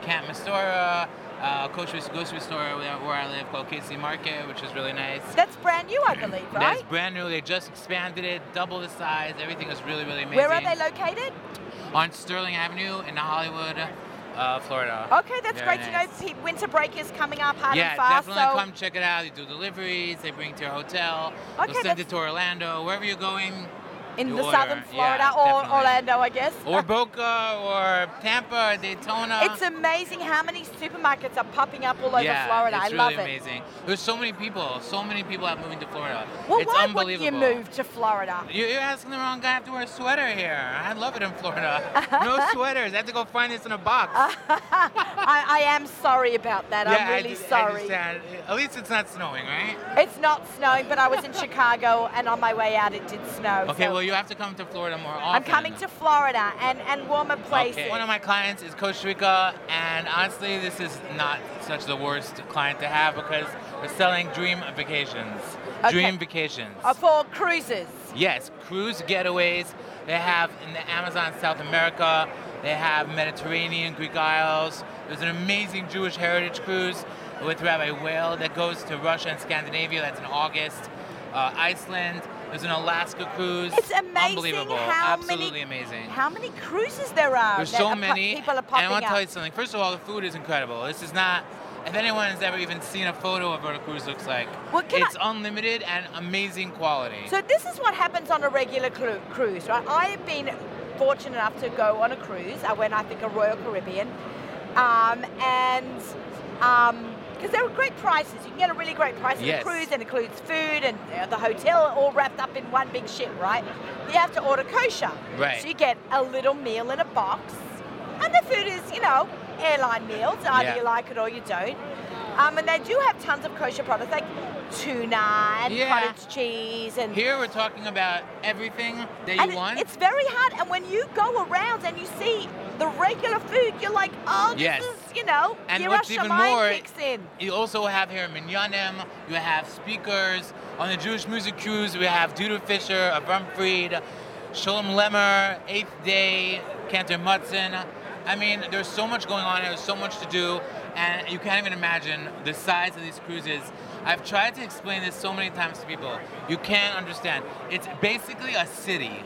Camp Mistora, uh, Kosher Grocery Store where where I live called KC Market, which is really nice.
That's brand new, I believe, right?
That's brand new. They just expanded it, double the size. Everything is really, really amazing.
Where are they located?
On Sterling Avenue in Hollywood, uh, Florida.
Okay, that's
Very
great
nice.
to know. Pe- Winter break is coming up hard
yeah,
and fast.
definitely
so
come check it out. They do deliveries. They bring it to your hotel.
Okay,
They'll send it to Orlando, wherever you're going.
in
you
the
order.
southern Florida
Yeah,
or
definitely.
Orlando, I guess.
Or Boca or Tampa or Daytona.
it's amazing how many supermarkets are popping up all over
yeah,
Florida.
It's
I
really
love it.
amazing. There's so many people. So many people are moving to Florida.
Well,
it's
why wouldn't you
unbelievable.
move to Florida?
You- You're asking the wrong guy. I have to wear a sweater here. I love it in Florida. No sweaters. I have to go find this in a box.
I, I am sorry about that.
yeah,
I'm
I
Ah, really
just- I
sorry.
understand. At least it's not snowing, right?
It's not snowing, but I was in Chicago, and on my way out, it did snow.
Okay,
so
well, you have to come to Florida more often.
I'm coming to Florida and, and warmer places.
One of my clients is Costa Rica, and honestly, this is not such the worst client to have because we're selling dream vacations.
Okay.
Dream vacations.
Uh, for cruises.
Yes, cruise getaways. They have in the Amazon, South America. They have Mediterranean, Greek Isles. There's an amazing Jewish heritage cruise with Rabbi Whale that goes to Russia and Scandinavia. That's in August. Uh, Iceland. There's an Alaska cruise.
It's amazing
Unbelievable.
how many-
Absolutely amazing.
How many cruises there are?
There's
that
so
are po-
many.
people are
and
popping
I want to
up.
tell you something. First of all, the food is incredible. This is not. If anyone has ever even seen a photo of what a cruise looks like, it's unlimited and amazing quality.
So this is what happens on a regular cru- cruise, right? I have been fortunate enough to go on a cruise. I went, I think, a Royal Caribbean, um, and because there were great prices, you can get a really great price on
Yes.
a cruise, and includes food and uh, the hotel, all wrapped up in one big ship, right? You have to order kosher,
Right.
So you get a little meal in a box, and the food is, you know, airline meals. Either
Yeah.
you like it or you don't. Um, and they do have tons of kosher products like tuna and
Yeah.
cottage cheese and
Here we're talking about everything that you
and it-
want.
It's very hard, and when you go around and you see the regular food, you're like, oh, this
Yes.
is, you know,
And
Yerushalayim
what's even more,
kicks in.
you also have here Minyanim, you have speakers. On the Jewish music cruise, we have Duda Fisher, Avram Fried, Sholem Lemmer, Eighth Day, Cantor Mutzen. I mean, there's so much going on, there's so much to do, and you can't even imagine the size of these cruises. I've tried to explain this so many times to people. You can't understand. It's basically a city.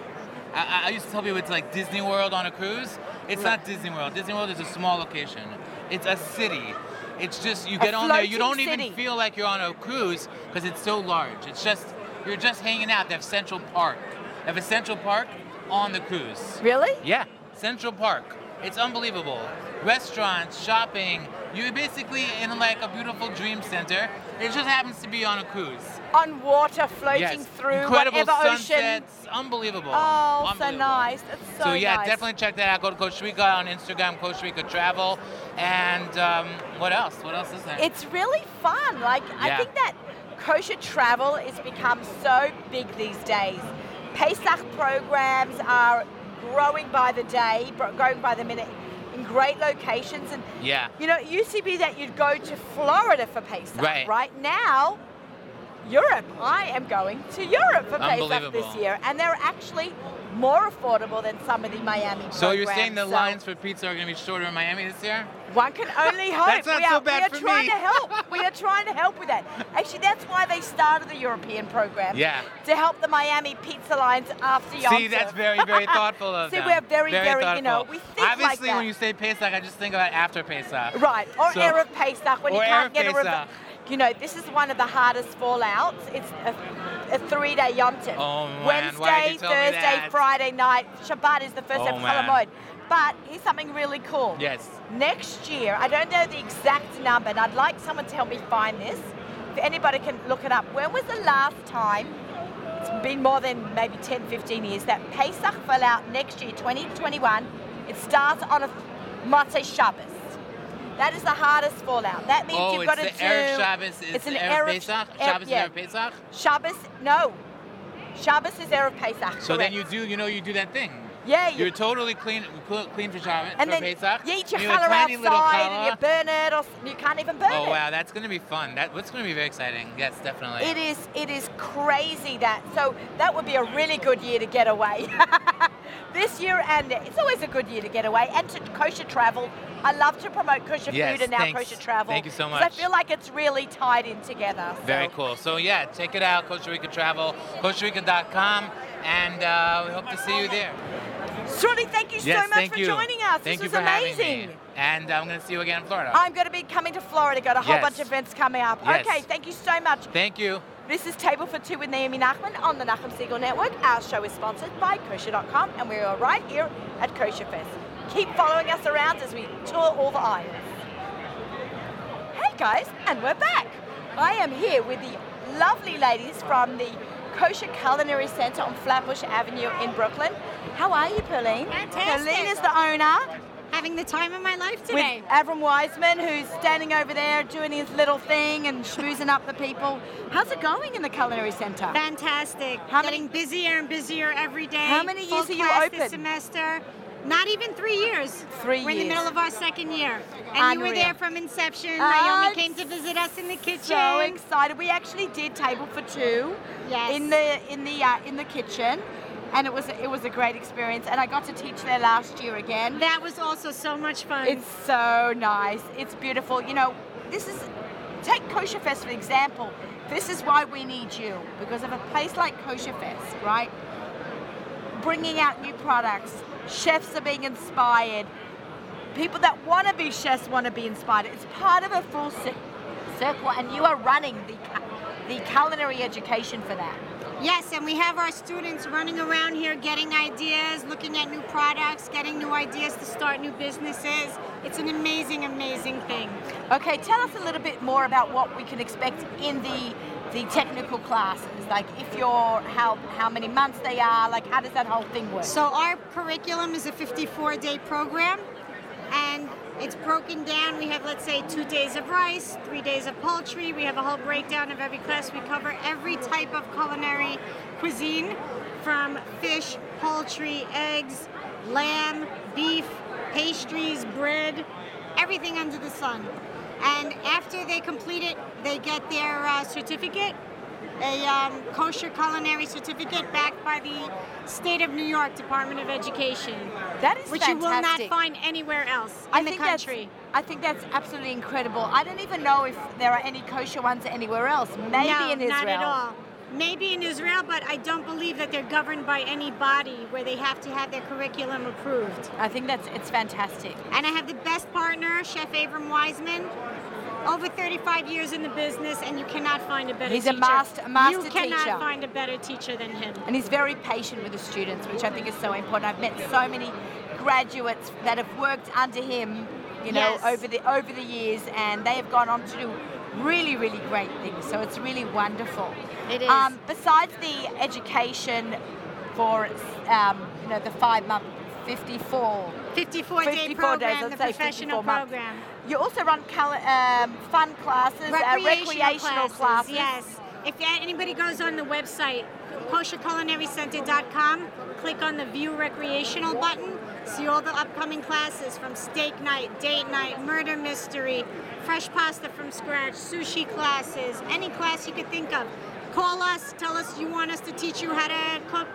I, I- I used to tell people it's like Disney World on a cruise. It's not Disney World. Disney World is a small location. It's a city. It's just you
A
get on there, you don't
floating city.
even feel like you're on a cruise because it's so large. It's just you're just hanging out. They have Central Park. They have a Central Park on the cruise.
Really?
Yeah. Central Park. It's unbelievable. Restaurants, shopping. You're basically in like a beautiful dream center. It just happens to be on a cruise.
On water floating
Yes.
through
Incredible
whatever
sunsets.
ocean.
Unbelievable.
Oh, so
Unbelievable.
nice. It's so,
So yeah,
nice.
definitely check that out. Go to Costa Rica on Instagram, Costa Rica Travel, and um, what else? What else is there?
It's really fun. Like I
Yeah.
think that kosher travel has become so big these days. Pesach programs are growing by the day, bro- growing by the minute, in great locations. And
yeah,
you know, it used to be that you'd go to Florida for Pesach.
Right.
now, Europe. I am going to Europe for Pesach
Unbelievable.
this year, and they're actually more affordable than some of the Miami.
So you're saying
programs,
the
so-
lines for pizza are going to be shorter in Miami this year?
one can only hope.
That's not
we
so
are,
bad
we are
for
trying
me.
to help. We are trying to help with that. Actually, that's why they started the European program.
Yeah.
To help the Miami pizza lines after Yom
See, that's
Tov.
very, very thoughtful of
See,
them.
we're very, very,
thoughtful.
you know, we think like
Obviously,
that.
when you say Pesach, I just think about after Pesach.
Right, or
So-
Erev Pesach when you
Or
can't
Erev
get a
Pesach.
rev- You know, this is one of the hardest fallouts. It's a, a three-day Yom Tov.
Oh, man, why did you
Wednesday,
tell me
Thursday,
that?
Friday night. Shabbat is the first day
Oh,
of
man.
Cholamod. But here's something really cool.
Yes.
Next year, I don't know the exact number, and I'd like someone to help me find this. If anybody can look it up. When was the last time, it's been more than maybe 10, 15 years, that Pesach fell out next year, 2021. It starts on a Matzah Shabbos. That is the hardest fallout. That means
oh,
you've
it's
got
the
to do...
Erev Shabbos. Is the Erev Pesach? Shabbos
yeah.
is Erev Pesach?
Shabbos, no. Shabbos is Erev Pesach,
So
correct.
then you do, you know, you do that thing.
Yeah, you-
You're totally clean, cl- clean for Shabbos,
and
for
then
Pesach.
you eat your
You have a
challah
tiny little
outside and you
challah.
burn it or s- you can't even burn
Oh
it.
wow, that's gonna be fun. That what's gonna be very exciting. Yes, definitely.
It is it is crazy that so that would be a really good year to get away. this year and it's always a good year to get away and to kosher travel. I love to promote kosher
Yes,
food and now
thanks.
kosher travel.
Thank you so
'cause I
much.
feel like it's really tied in together.
Very cool. So yeah, check it out, Costa Rica Travel, CostaRica.com, and uh, we hope to see you there.
Srudi, thank you
yes,
so much
thank
for
you.
joining us.
Thank
this
you for
was amazing.
having me. And I'm gonna see you again in Florida.
I'm going to be coming to Florida. Got a whole
Yes.
bunch of events coming up.
Yes.
Okay, thank you so much.
Thank you.
This is Table for Two with Naomi Nachman on the Nachum Siegel Network. Our show is sponsored by kosher.com and we are right here at Kosher Fest. Keep following us around as we tour all the aisles. Hey guys, and we're back. I am here with the lovely ladies from the Kosher Culinary Center on Flatbush Avenue in Brooklyn. How are you, Pauline?
Fantastic.
Pauline is the owner.
Having the time of my life today.
With Avram Wiseman, who's standing over there doing his little thing and schmoozing up the people. How's it going in the culinary center?
Fantastic.
How
Getting
many-
busier and busier every day.
How many
Full
years are you
class
open?
This semester. Not even three years.
Three
We're in the
years.
middle of our second year. And you were
Unreal.
there from inception.
Ah,
Naomi came to visit us in the kitchen.
So excited! We actually did table for two
Yes.
in the in the uh, in the kitchen, and it was it was a great experience. And I got to teach there last year again.
That was also so much fun.
It's so nice. It's beautiful. You know, this is take Kosher Fest for example. This is why we need you because of a place like Kosher Fest, right? Bringing out new products, chefs are being inspired. People that want to be chefs want to be inspired. It's part of a full cir- circle, and you are running the cu- the culinary education for that.
Yes, and we have our students running around here getting ideas, looking at new products, getting new ideas to start new businesses. It's an amazing, amazing thing.
Okay, tell us a little bit more about what we can expect in the the technical classes. Like if you're how how many months they are, like how does that whole thing work?
So our curriculum is a 54-day program, and it's broken down. We have, let's say, two days of rice, three days of poultry. We have a whole breakdown of every class. We cover every type of culinary cuisine, from fish, poultry, eggs, lamb, beef, pastries, bread, everything under the sun. And after they complete it, they get their uh, certificate, a um, kosher culinary certificate backed by the State of New York Department of Education.
That is
Which you will not
fantastic.
find anywhere else
I
in the
think that's-
country.
I think that's absolutely incredible. I don't even know if there are any kosher ones anywhere else. Maybe
no,
in Israel.
not at all. Maybe in Israel, but I don't believe that they're governed by any body where they have to have their curriculum approved.
I think that's it's fantastic.
And I have the best partner, Chef Abram Wiseman. Over 35 years in the business, and you cannot find a better
He's a
teacher.
master- a master
You cannot
teacher.
find a better teacher than him.
And he's very patient with the students, which I think is so important. I've met so many graduates that have worked under him, you know,
Yes.
over the over the years, and they have gone on to do really, really great things. So it's really wonderful. Um,
It is.
besides the education for, um, you know, the five month, 54.
54 day program, the professional program.
You also run col- um, fun classes, uh, recreational classes.
Yes. If anybody goes on the website, kosherculinarycenter.com, click on the View Recreational button, see all the upcoming classes from steak night, date night, murder mystery, fresh pasta from scratch, sushi classes, any class you could think of. Call us, tell us you want us to teach you how to cook.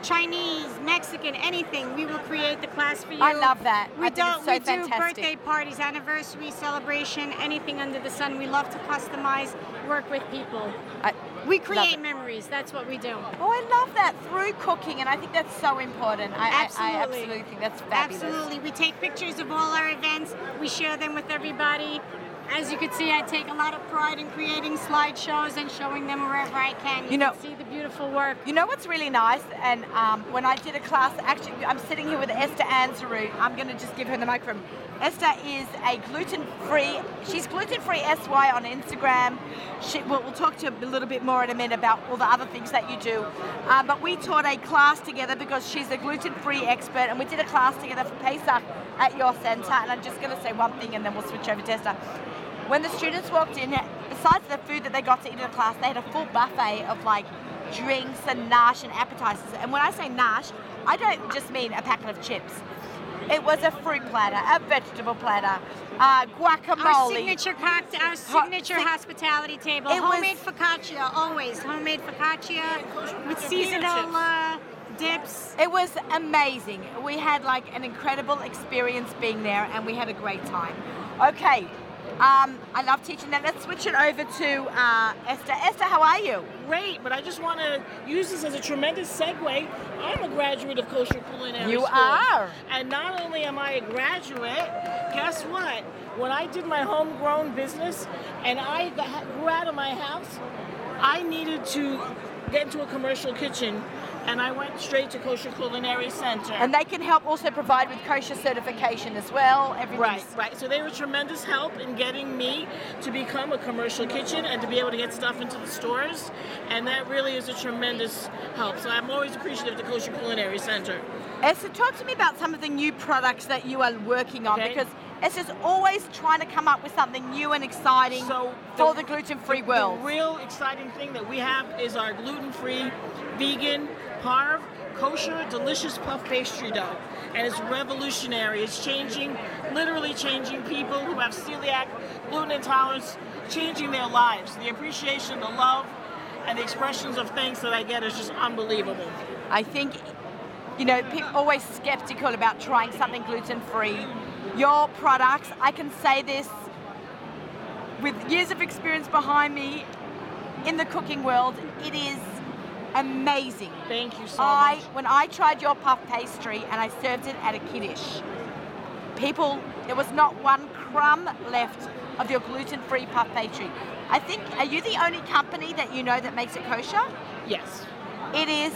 Chinese, Mexican, anything, we will create the class for you.
I love that.
We
I think
don't.
it's so
we do
fantastic.
birthday parties, anniversary celebration, anything under the sun. We love to customize, work with people.
I
we
love
create
it.
memories. That's what we do.
Oh, I love that through cooking, and I think that's so important. I,
absolutely.
I, I absolutely think that's fabulous.
Absolutely. We take pictures of all our events. We share them with everybody. As you can see, I take a lot of pride in creating slideshows and showing them wherever I can.
You know-
can see the beautiful work.
You know what's really nice? And um, when I did a class, actually, I'm sitting here with Esther Ansaru. I'm going to just give her the microphone. Esther is a gluten free, she's gluten free SY on Instagram. She, we'll, we'll talk to her a little bit more in a minute about all the other things that you do. Uh, but we taught a class together because she's a gluten free expert, and we did a class together for Pesach at your center. And I'm just going to say one thing and then we'll switch over to Esther. When the students walked in, besides the food that they got to eat in the class, they had a full buffet of like drinks and nash and appetizers. And when I say nash, I don't just mean a packet of chips. It was a fruit platter, a vegetable platter, uh, guacamole.
Our signature cocktail, our
Ho-
signature
sig-
hospitality table.
It was-
homemade focaccia, always homemade focaccia with seasonal uh, dips.
It was amazing. We had like an incredible experience being there and we had a great time. Okay, um, I love teaching that. Let's switch it over to uh, Esther. Esther, how are you?
Great, but I just want to use this as a tremendous segue. I'm a graduate of Kosher Culinary
You
School.
are.
And not only am I a graduate, guess what? When I did my homegrown business and I got- grew out of my house, I needed to get into a commercial kitchen and I went straight to Kosher Culinary Center.
And they can help also provide with kosher certification as well. Everything's
Right, right. So they were tremendous help in getting me to become a commercial kitchen and to be able to get stuff into the stores. And that really is a tremendous help. So I'm always appreciative of the Kosher Culinary Center.
Esther, talk to me about some of the new products that you are working on
Okay.
because Esther's always trying to come up with something new and exciting for the gluten-free world.
The real exciting thing that we have is our gluten-free, vegan, parv, kosher, delicious puff pastry dough. And it's revolutionary. It's changing, literally changing people who have celiac, gluten intolerance, changing their lives. The appreciation, the love, and the expressions of thanks that I get is just unbelievable.
I think, you know, people always skeptical about trying something gluten-free. Your products, I can say this with years of experience behind me in the cooking world, it is amazing.
Thank you so
I,
much.
When I tried your puff pastry and I served it at a kiddish, people, there was not one crumb left of your gluten-free puff pastry. I think, are you the only company that you know that makes it kosher?
Yes.
It is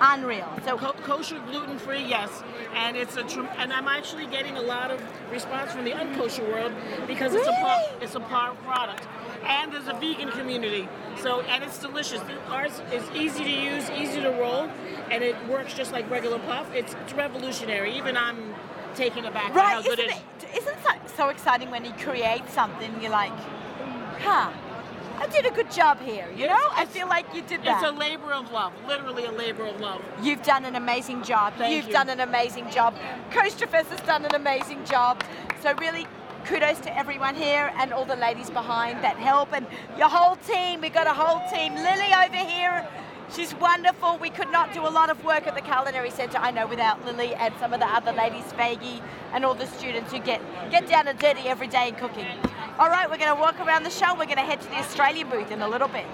unreal. So
kosher, gluten free, yes, and it's a tr- and I'm actually getting a lot of response from the unkosher world because it's a par- it's a par product, and there's a vegan community. So and it's delicious. Ours is easy to use, easy to roll, and it works just like regular puff. It's, it's revolutionary. Even I'm taken aback by how
Right,
good
isn't
it is.
it, isn't that so exciting when you create something, you're like, huh, I did a good job here. You know, I feel like you did that.
It's a labor of love, literally a labor of love.
You've done an amazing job.
Thank
You've
you.
done an amazing job. Coaster Fest has done an amazing job. So really, kudos to everyone here and all the ladies behind that help and your whole team. We got a whole team. Lily over here. She's wonderful. We could not do a lot of work at the Culinary Centre, I know, without Lily and some of the other ladies, Faggy, and all the students who get, get down and dirty every day in cooking. All right, we're going to walk around the show. We're going to head to the Australian booth in a little bit.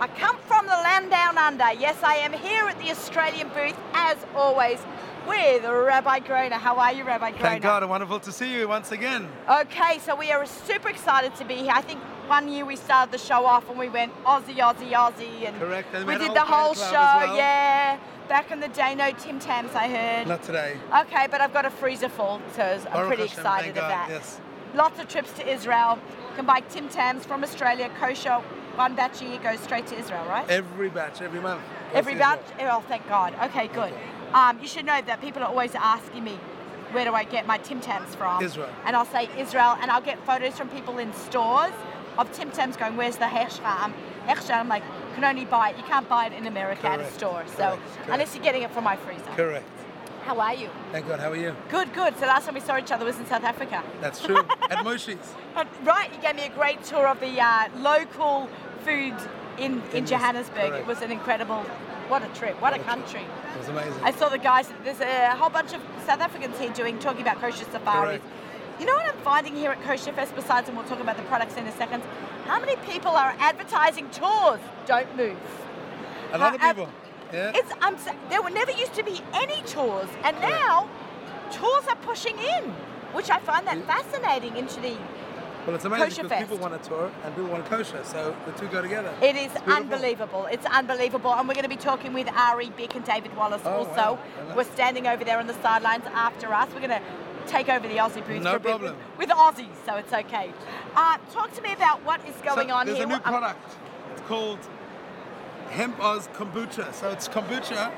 I come from the land down under. Yes, I am here at the Australian booth, as always, with Rabbi Groner. How are you, Rabbi Groner?
Thank God, wonderful to see you once again.
Okay, so we are super excited to be here. I think one year we started the show off and we went Aussie, Aussie, Aussie, and
Correct, and
we
we had
did
an
the
old fan
whole show.
club as well.
Yeah, back in the day, no Tim Tams, I heard.
Not today.
Okay, but I've got a freezer full, so I'm
Baruch
pretty
Hashem,
excited
thank God,
of that.
yes.
Lots of trips to Israel. You can buy Tim Tams from Australia, kosher. One batch a year goes straight to Israel, right?
Every batch, every month.
Every
Yes,
batch? Oh, thank God. Okay, good. Um, you should know that people are always asking me, where do I get my Tim Tams from?
Israel.
And I'll say Israel, and I'll get photos from people in stores of Tim Tams going, where's the hashram? Hashram, I'm like, "You can only buy it. You can't buy it in America at a
Correct,
store. So
correct, correct.
unless you're getting it from my freezer.
Correct.
How are you?
Thank God, how are you?
Good, good. So last time we saw each other was in South Africa.
That's true. At Moshe's.
But right, you gave me a great tour of the uh, local food in, in
In this-
Johannesburg. It
correct.
was an incredible, what a trip, what, a country.
It was amazing.
I saw the guys. There's a whole bunch of South Africans here doing talking about kosher safaris.
Correct.
You know what I'm finding here at Kosher Fest? Besides, and we'll talk about the products in a second. How many people are advertising tours? Don't move.
A lot of
How-
people. Yeah.
It's I'm, s- there were never used to be any tours, and now tours are pushing in, which I find that fascinating. Into the
Well, it's amazing
Kosher
because
Fest.
people want a tour and people want kosher, so the two go together.
It is
It's beautiful.
unbelievable. It's unbelievable. And we're going to be talking with Ari Bick and David Wallace
Oh,
also.
wow. Hello.
We're standing over there on the sidelines after us. We're going to take over the Aussie booth
No
for a bit
problem.
with, with Aussies, so it's okay. Uh, talk to me about what is going
So
on
there's
here.
a new
Um,
product. It's called Hemp Oz Kombucha. So it's kombucha.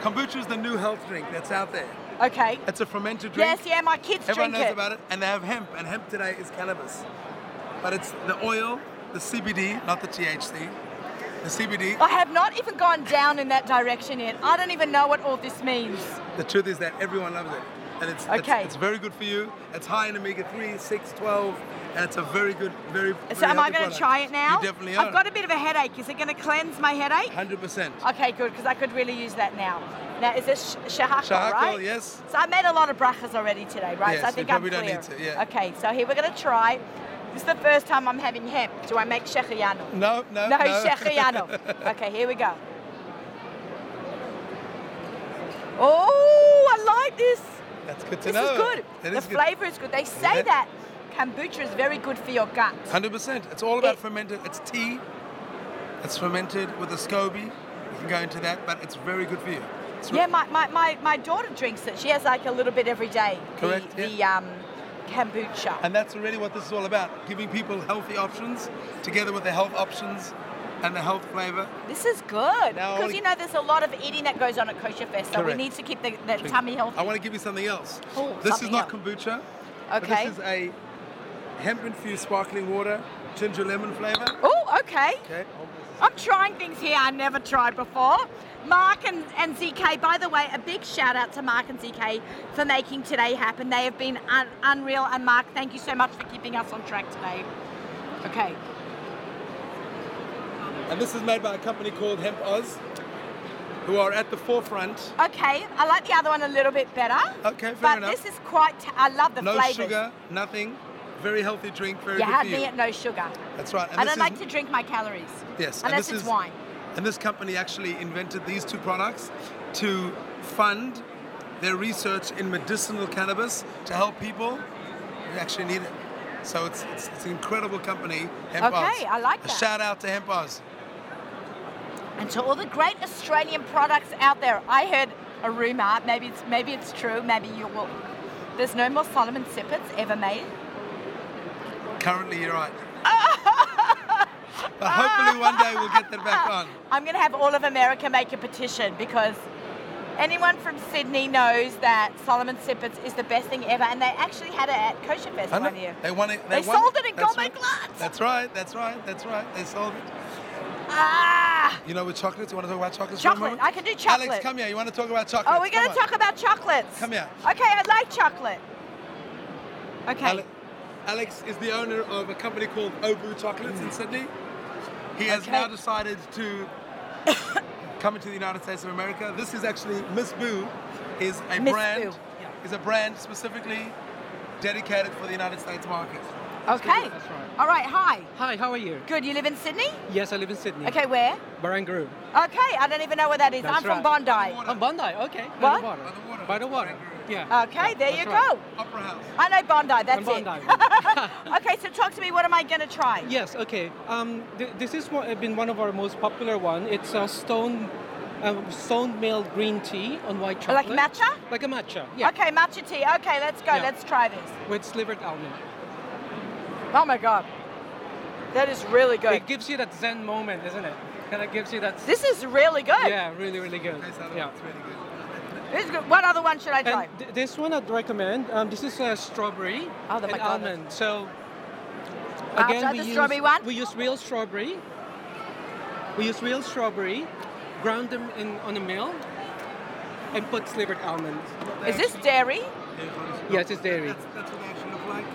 Kombucha is the new health drink that's out there.
Okay.
It's a fermented drink.
Yes, yeah, my kids
Everyone
drink
knows
it.
about it, and they have hemp, and hemp today is cannabis. But it's the oil, the CBD, not the THC, the CBD.
I have not even gone down in that direction yet. I don't even know what all this means.
The truth is that everyone loves it. And it's, it's-
Okay.
it's, very good for you. It's high in omega 3, 6, 12, and it's a very good, very
So am I going
going
to try it now?
You definitely
I've
are.
got a bit of a headache. Is it going to cleanse my headache?
100%.
Okay, good, because I could really use that now. Now, is this sh- shahakal,
Shahakal,
right?
yes.
So I made a lot of brachas already today, right?
Yes,
so I
you
think
probably
I'm
don't
clear.
need to, yeah.
Okay, so here we're going to try. This is the first time I'm having hemp. Do I make shekhayano?
No, no,
no.
no.
shekhayano. okay, here we go. Oh, I like this.
That's good to
This
know.
is good.
It
the
is good.
flavor is good. They say
Yeah.
that kombucha is very good for your gut.
100%. It's all about fermented. It's tea. It's fermented with a SCOBY. You can go into that, but it's very good for you. It's
Yeah, my, my, my, my daughter drinks it. She has like a little bit every day.
Correct,
The,
yeah.
the um, kombucha.
And that's really what this is all about giving people healthy options together with the health options and the health flavor.
This is good
Now I
because
wanna-
you know there's a lot of eating that goes on at Kosher Fest, so
Correct.
we need to keep the, the tummy healthy.
I want to give you something else.
Oh,
this
something
is not
else.
kombucha. but
Okay.
This is a hemp infused sparkling water, ginger lemon flavor.
Oh, okay.
Okay.
I'm trying things here I never tried before. Mark and, and ZK, by the way, a big shout out to Mark and ZK for making today happen. They have been un- unreal. And Mark, thank you so much for keeping us on track today. Okay.
And this is made by a company called Hemp Oz, who are at the forefront.
Okay, I like the other one a little bit better.
Okay, fair
but
enough.
this is quite, t- I love the
no
flavors.
sugar, nothing. Very healthy drink, very
you
good
have
for you.
me at no sugar.
That's right.
I
this
don't
is-
like to drink my calories.
Yes, and
Unless
this
it's
is-
wine.
And this company actually invented these two products to fund their research in medicinal cannabis to help people who actually need it. So it's, it's, it's an incredible company, Hemp
Okay,
Oz.
I like
A
that.
shout out to Hemp Oz.
And to all the great Australian products out there, I heard a rumor. Maybe it's maybe it's true. Maybe you will. There's no more Solomon Sippets ever made.
Currently, you're right. but hopefully, one day we'll get that back on.
I'm gonna have all of America make a petition because anyone from Sydney knows that Solomon Sippets is the best thing ever, and they actually had it at Kosher Fest
I know.
one year.
They won it.
They
won
sold it in
That's
Gourmet
right. That's right. That's right. That's right. They sold it.
Ah!
You know, with chocolates, you want to talk about chocolates for a
Chocolate.
moment?
I can do chocolate.
Alex, come here. You want to talk about chocolates?
Oh, we're going to
Come on.
talk about chocolates.
Come here.
Okay, I like chocolate. Okay.
Ale- Alex is the owner of a company called Obu Chocolates
Mm.
in Sydney. He has now decided to come into the United States of America. This is actually Miss Boo, is a
Miss
brand,
Boo,
is a brand specifically dedicated for the United States market.
Okay. All right, hi.
Hi, how are you?
Good, you live in Sydney?
Yes, I live in Sydney.
Okay, where?
Barangaroo.
Okay, I don't even know where that is.
That's
I'm from
right.
Bondi.
Oh, Bondi, okay. By
What?
the water. By the water. Yeah.
Okay, there you
That's right.
go. Opera House. I know Bondi, that's
And Bondi.
it. okay, so talk to me, what am I going to try?
Yes, okay. Um, th- this has been one of our most popular one. It's a stone, um, stone milled green tea on white
Like
chocolate.
matcha?
Like a matcha, yeah.
Okay, matcha tea. Okay, let's go.
Yeah.
Let's try this.
With slivered almond.
Oh my god. That is really good.
It gives you that zen moment, isn't it? Kind of gives you that.
This is really good.
Yeah, really, really good. yeah.
This is good. What other one should I try?
And th- this one I'd recommend. Um, this is a strawberry
Oh, the
and
McDonald's.
almond. So
I'll
again,
try
we
the
use,
strawberry one.
We use real strawberry. We use real strawberry, ground them in on a mill, and put slivered almonds.
Is this dairy?
Yes, it's dairy.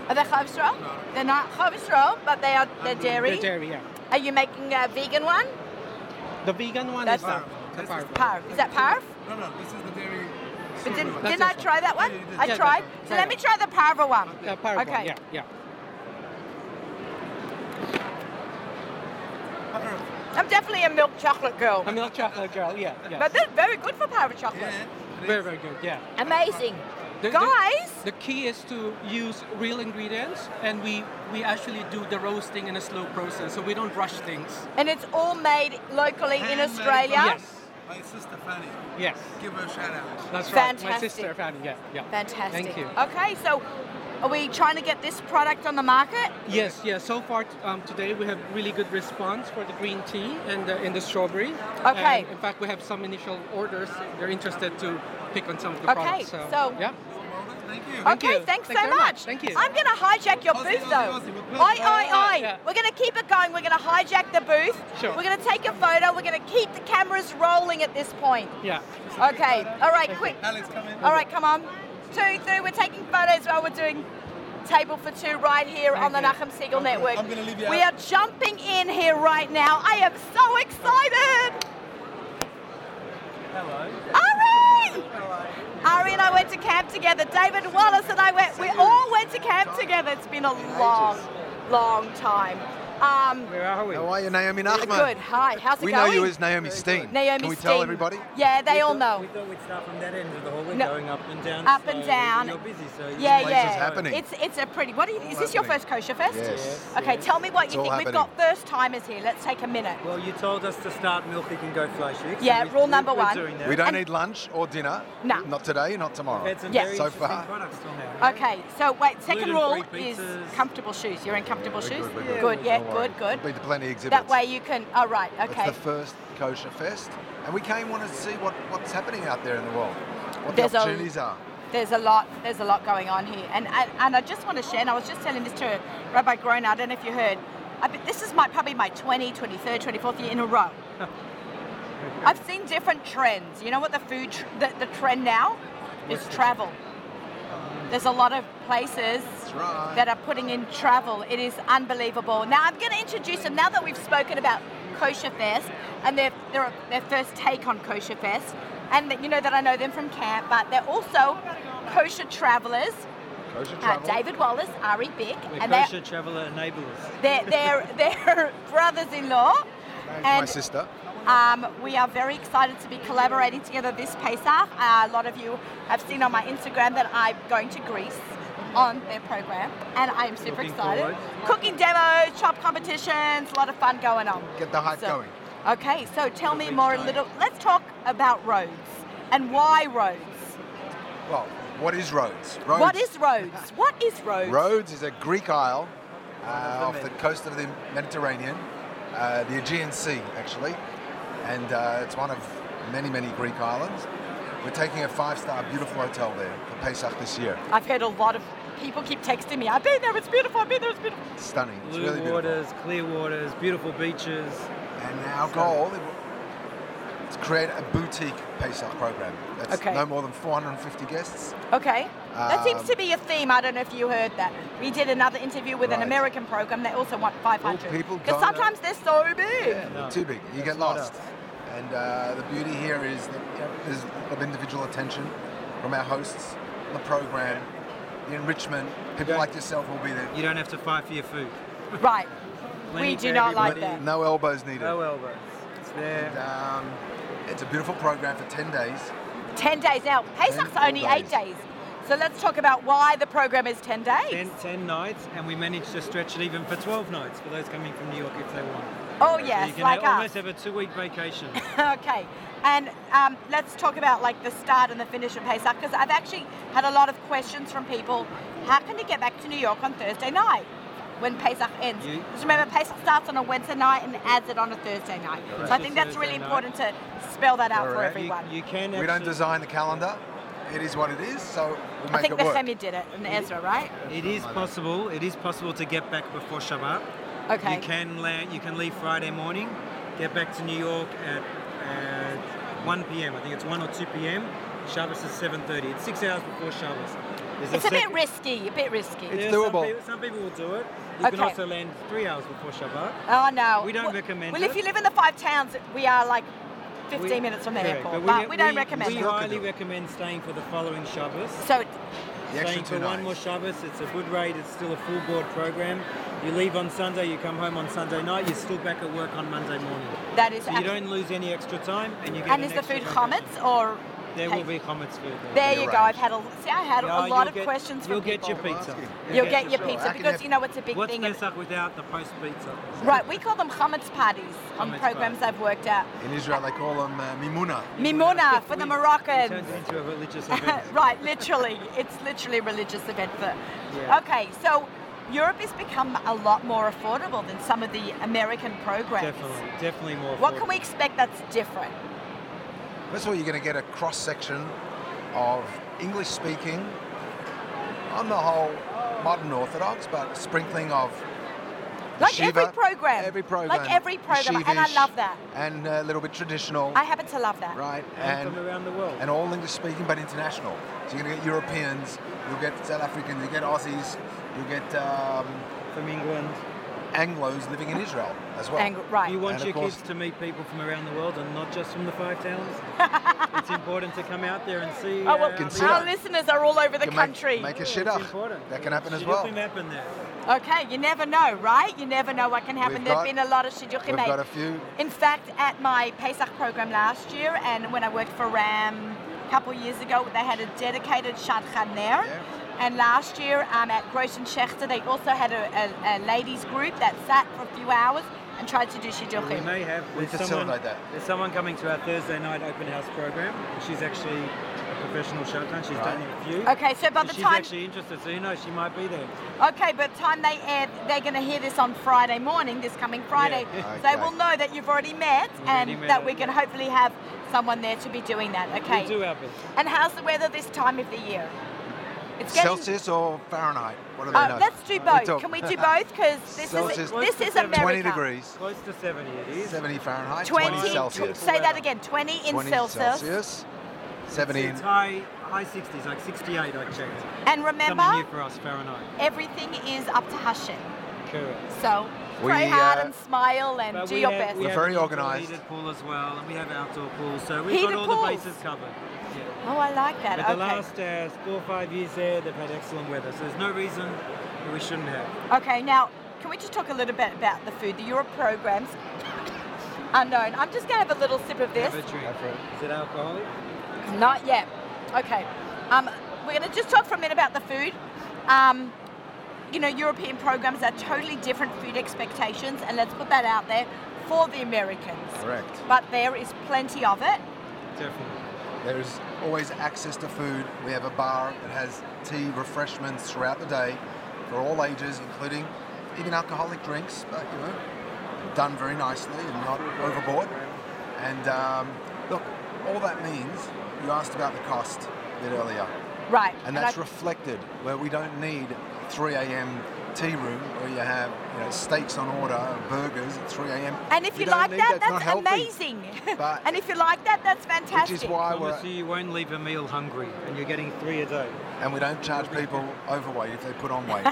Are they cholesterol? They're not cholesterol, but they are they're dairy.
They're dairy, yeah.
Are you making a vegan one?
The vegan one
That's
is
not-
the parf.
Parf. Is that parf?
No, no, this is the dairy.
But didn't,
That's
didn't I
this one.
try that one?
did.
I
Yeah,
tried.
that one.
So let me try the parva one.
Uh, parf one,
okay.
Yeah, yeah.
I'm definitely a milk chocolate girl.
A milk chocolate girl, yeah. yeah.
But they're very good for parva chocolate.
very, very good, yeah.
Amazing.
The- the-
Guys,
the key is to use real ingredients, and we we actually do the roasting in a slow process, so we don't rush things.
and it's all made locally in
Handmade
Australia.
Yes.
My sister Fanny.
Yes.
Give her a shout out.
That's right. My
Fantastic.
sister found it. Yeah, yeah.
Fantastic.
Thank you.
Okay, so are we trying to get this product on the market?
Yes, yeah. So far um, today we have really good response for the green tea and uh, the, and the strawberry.
Okay.
And in fact, we have some initial orders. They're interested to pick on some of the
Okay,
products.
so,
So, yeah. Thank
okay,
you.
thanks
Thanks
so
very
much.
much. Thank you.
I'm gonna hijack your
Aussie,
booth
Aussie,
though.
Aussie, we're
Oi,
building-
oi, oi!
Yeah.
We're gonna keep it going. We're gonna hijack the booth.
Sure.
We're gonna take a photo. We're gonna keep the cameras rolling at this point.
Yeah.
Okay. All right, quick. All right, come on. Two, three. We're taking photos while we're doing table for two right here on the Nachum Siegel Network.
I'm gonna leave you
we
out.
are jumping in here right now. I am so excited. Ah! Hello. Ari. Ari and I went to camp together. David Wallace and I went. We all went to camp together. It's been a long, long time. Um,
Where are we?
How are you, Naomi
Good.
Nachman?
Hi. How's it
we
going?
know you as Naomi Steen.
Naomi
Can we tell
Steen.
everybody?
Yeah, they all know.
We thought we'd start from that end of the hall. We're
No.
going up and down.
Up
slowly,
and
but
down.
You're busy, so you
yeah,
can-
yeah. It's it's a pretty. What do you, is this your first
happening.
kosher fest?
Yes. Yes.
Okay, tell me what
It's
you
all
think. We've
happening.
got first timers here. Let's take a minute.
Well, you told us to start milk thick and go flow shake. so
Yeah,
we-
rule
we're-
number
we're
one.
doing that.
We don't need lunch or dinner.
No.
Not today, not tomorrow.
It's a
Yeah.
very
so
interesting
far.
product still now.
Okay, so wait. Second rule
Gluten-free
is comfortable shoes. You're in comfortable
We're
shoes.
Good, we're good.
yeah,
Don't worry.
good, good.
There'll be plenty of exhibits.
That way you can. All right. Okay.
It's the first kosher fest, and we came wanted to see what, what's happening out there in the world, what
There's a-
the opportunities are.
There's a lot. There's a lot going on here, and and, and I just want to share. And I was just telling this to Rabbi Groner. I don't know if you heard. I, bet this is my probably my 20, 23rd, 24th year in a row. I've seen different trends. You know what the food tr- the, the trend now is travel. There's a lot of places
right.
that are putting in travel. It is unbelievable. Now I'm going to introduce them. Now that we've spoken about Kosher Fest and their their, their first take on Kosher Fest, and that you know that I know them from camp, but they're also kosher travelers.
Kosher
Uh,
travel.
David Wallace, Ari Bick,
We're
and
kosher traveller enablers.
they're they're, they're, they're brothers-in-law.
My
And
sister.
um, we are very excited to be collaborating together this Pesach. Uh, a lot of you have seen on my Instagram that I'm going to Greece on their program, and I am super
Looking
excited.
forward.
Cooking demos, chop competitions, a lot of fun going on.
Get the hype
So-
going.
Okay, so tell me more a little. Let's talk about roads and why roads.
Well, what is Rhodes? Rhodes
What is roads? What is roads?
Rhodes is a Greek isle uh,
the
off the coast of the Mediterranean, uh, the Aegean Sea, actually, and uh, it's one of many, many Greek islands. We're taking a five-star beautiful hotel there for Pesach this year.
I've heard a lot of people keep texting me, I've been there, it's beautiful, I've been there, it's beautiful.
Stunning. It's
Blue
really beautiful.
waters, clear waters, beautiful beaches.
And our goal is to create a boutique Pesach program. That's
Okay.
no more than 450 guests.
Okay. that seems
Um,
to be a theme. I don't know if you heard that. We did another interview with an
Right.
American program. They also want 500.
people
Because
don't know-
sometimes they're so big.
Too big. You get lost. And uh, the beauty here is that you know, there's a lot of individual attention from our hosts, the program, the enrichment. People like yourself will be there.
You don't have to fight for your food.
Right.
Plenty
we
for
do not like
No-
that.
No elbows needed.
No elbows. It's there.
And, um, it's a beautiful program for 10 days.
10 days now. Pesach's only eight days. So let's talk about why the program is 10 days.
Ten, 10 nights, and we managed to stretch it even for 12 nights for those coming from New York if they want.
Oh,
So
yes,
you can
like
have-
us.
almost have a two week vacation.
okay. And um, let's talk about like the start and the finish of Pesach because I've actually had a lot of questions from people. How can you get back to New York on Thursday night when Pesach ends?
You-
Because remember, Pesach starts on a Wednesday night and adds it on a Thursday night.
Correct.
So I think that's
Thursday
really
night.
important to spell that out for
Correct.
everyone.
we don't design the calendar. It is what it is, so we'll
I
make
think
it work.
Nehemiah did it and Ezra, right?
It is possible. It is possible to get back before Shabbat.
Okay.
You can land. You can leave Friday morning, get back to New York at, at 1 p.m. I think it's 1 or 2 p.m. Shabbos is 7:30. It's six hours before Shabbos. There's
It's a
sec-
bit risky, a bit risky.
Yeah, Some people, some people will do it. You can
Okay.
also land three hours before Shabbat.
Oh no.
We don't recommend
Well,
it.
if you live in the five towns, we are like 15
We-
minutes from the
correct,
airport,
but
but
we
we,
ne-
don't recommend
We
it.
highly recommend staying for the following Shabbos.
So,
staying
extra
for
two
one more Shabbos, it's a good rate. It's still a full board program. You leave on Sunday, you come home on Sunday night. You're still back at work on Monday morning.
That is
So you
abs-
don't lose any extra time, and you get.
and
an
is the
extra
food
vacation.
chametz or?
There will be comments food.
There you go. I've had a see. I had
Yeah,
a lot
you'll
of
get-
questions from
You'll
people.
get your pizza.
You'll get your pizza because you know it's a big
What's
thing.
What's Pesach without the post pizza?
Right, we call them chametz parties on
Chametz
programs I've worked at.
In Israel, they call them uh, mimuna.
Mimuna for the Moroccans.
Turns it into a religious event.
right, literally, it's literally a religious event. For,
Yeah.
Okay, so Europe has become a lot more affordable than some of the American programs.
Definitely, definitely more.
What can
affordable.
we expect that's different?
First of all, you're going to get a cross section of English speaking, on the whole, modern Orthodox, but a sprinkling of
Like every
yeshiva
program.
Every program.
Like every program, and I
yeshivish,
love that.
And a little bit traditional.
I happen to love that.
Right.
And from around the world.
And all English speaking, but international. So you're going to get Europeans, you'll get South Africans, you get Aussies, you'll get. Um,
From England.
Anglos living in Israel as well.
You want
And of
your
course,
kids to meet people from around the world and not just from the five towns. it's important to come out there and see.
Oh, well,
uh,
our listeners are all over the
you make-
country.
Make, a shit up. That can happen as
shidduchim
well.
happen there.
Okay, you never know, right? You never know what can happen.
We've
There've
got-
been a lot of shidduchim
We've
made.
got a few
In fact, at my Pesach program last year, and when I worked for Ram a couple of years ago, they had a dedicated shadchan there. And last year um, at Groschen Schechter, they also had a, a, a ladies group that sat for a few hours and tried to do
Well, we
shidduchim.
may have.
We
there's someone,
facilitate that.
There's someone coming to our Thursday night open house program. She's actually a professional shotgun. She's done
Right.
a few.
Okay, so by
And
the
she's
time-
actually interested, so you know she might be there.
Okay, but time they air, they're going to hear this on Friday morning, this coming Friday.
Yeah.
They will know that you've already met
We've
and
already met
that
her,
we can hopefully have someone there to be doing that. Okay.
We do our best.
And how's the weather this time of the year? It's getting.
Celsius or Fahrenheit. What do they
Uh,
know?
let's do
We
both.
talk-
Can we do both? Because this is
Celsius.
this is
20
America.
degrees.
Close to 70 it is.
70 Fahrenheit,
20,
20, Celsius.
Say that again. 20 in
20
Celsius.
Celsius. 70
It's high, high 60s, like 68 I checked.
And remember-
Something new for us, Fahrenheit.
Everything is up to Hashem.
Correct.
So
We,
pray hard
uh,
and smile and
But
do
we
your
have-
best.
we
We're
have
very
an indoor
organised.
Heated pool as well, and we have outdoor pools, so we've
Heated
got all
pools.
the bases covered. Yeah.
Oh, I like that.
But
okay.
the last uh, four or five years there, they've had excellent weather, so there's no reason that we shouldn't have.
Okay, now can we just talk a little bit about the food? The Europe programs are known. I'm just gonna have a little sip of this.
Have a drink. Is it alcoholic?
Not yet. Okay. Um, we're gonna just talk for a minute about the food. Um, you know, European programs are totally different food expectations, and let's put that out there for the Americans.
Correct.
But there is plenty of it.
Definitely.
There's always access to food. We have a bar that has tea, refreshments throughout the day for all ages, including even alcoholic drinks, but you know, done very nicely and not overboard. And um, look, all that means, you asked about the cost a bit earlier.
Right.
And that's
I-
reflected where we don't need 3 a.m. tea room where you have you know, steaks on order, burgers at 3 a.m.
And if
We
you
don't
like
need
that,
It's not
that's
healthy.
amazing.
But-
and if you like that, that's fantastic.
Which is why we're,
Obviously, you won't leave a meal hungry, and you're getting three a day.
and we don't charge people overweight if they put on weight.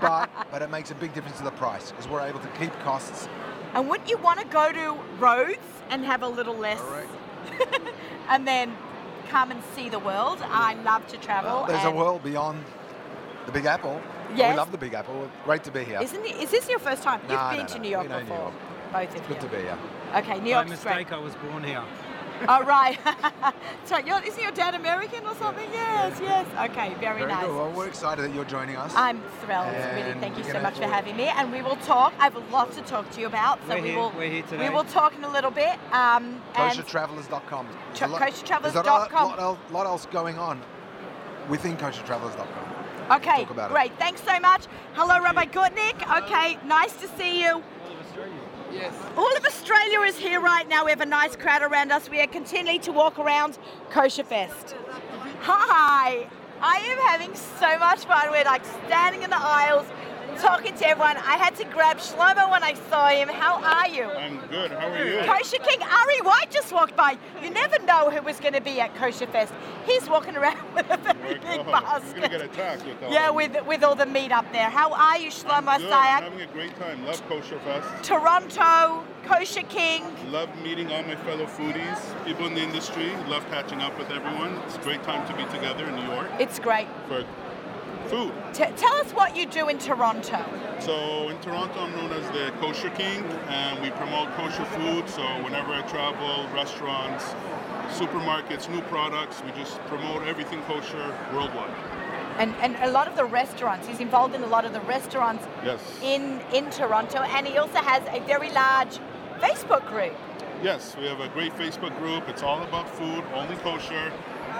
but but it makes a big difference to the price because we're able to keep costs.
And wouldn't you want to go to Rhodes and have a little less? and then come and see the world. I love to travel.
Mm. There's a
and
world beyond the Big Apple.
Yes.
We love the Big Apple. Great to be here.
Isn't it, is this your first time?
No,
You've been
no,
to
no.
New York
We know New
before.
York.
Both
It's
of you.
good to be here.
Okay, New
By
York's great.
mistake, I was born here.
Oh, right. so you're, isn't your dad American or something? Yes, yes. Okay, very, nice.
Good. Well, we're excited that you're joining us.
I'm thrilled, really.
And
Thank you
we're
so
gonna
much for
enjoy it.
having me. And we will talk. I have a lot to talk to you about. So
We're
we
here-
will
we're here
we
today.
will talk in a little bit. Um, and
Koshertravelers.com. There's a lot-
koshertravelers
there's a lot,
dot com.
lot, el- lot else going on within koshertravelers.com.
okay,
talk about it.
great. Thanks so much. Hello, Rabbi Goodnick. Okay, nice to see you.
Yes.
All of Australia is here right now. We have a nice crowd around us. We are continuing to walk around Kosher Fest. Hi, I am having so much fun. We're like standing in the aisles, talking to everyone. I had to grab Shlomo when I saw him. How are you?
I'm good. How are you?
Kosher King Ari White just walked by. You never know who was going to be at Kosher Fest. He's walking around with a very big
I'm
basket.
gonna get attacked with all
Yeah,
of you.
with with all the meat up there. How are you, Shlomo
Good. I'm
Sayak?
having a great time. Love Kosher Fest.
Toronto, Kosher King.
Love meeting all my fellow foodies, people in the industry. Love catching up with everyone. It's a great time to be together in New York
It's great.
for food.
T- tell us what you do in Toronto.
So in Toronto, I'm known as the Kosher King, and we promote kosher food. So whenever I travel, restaurants, supermarkets, new products, we just promote everything kosher worldwide.
And, and a lot of the restaurants, he's involved in a lot of the restaurants
Yes.
in, in Toronto, and he also has a very large Facebook group.
Yes, we have a great Facebook group. It's all about food, only kosher.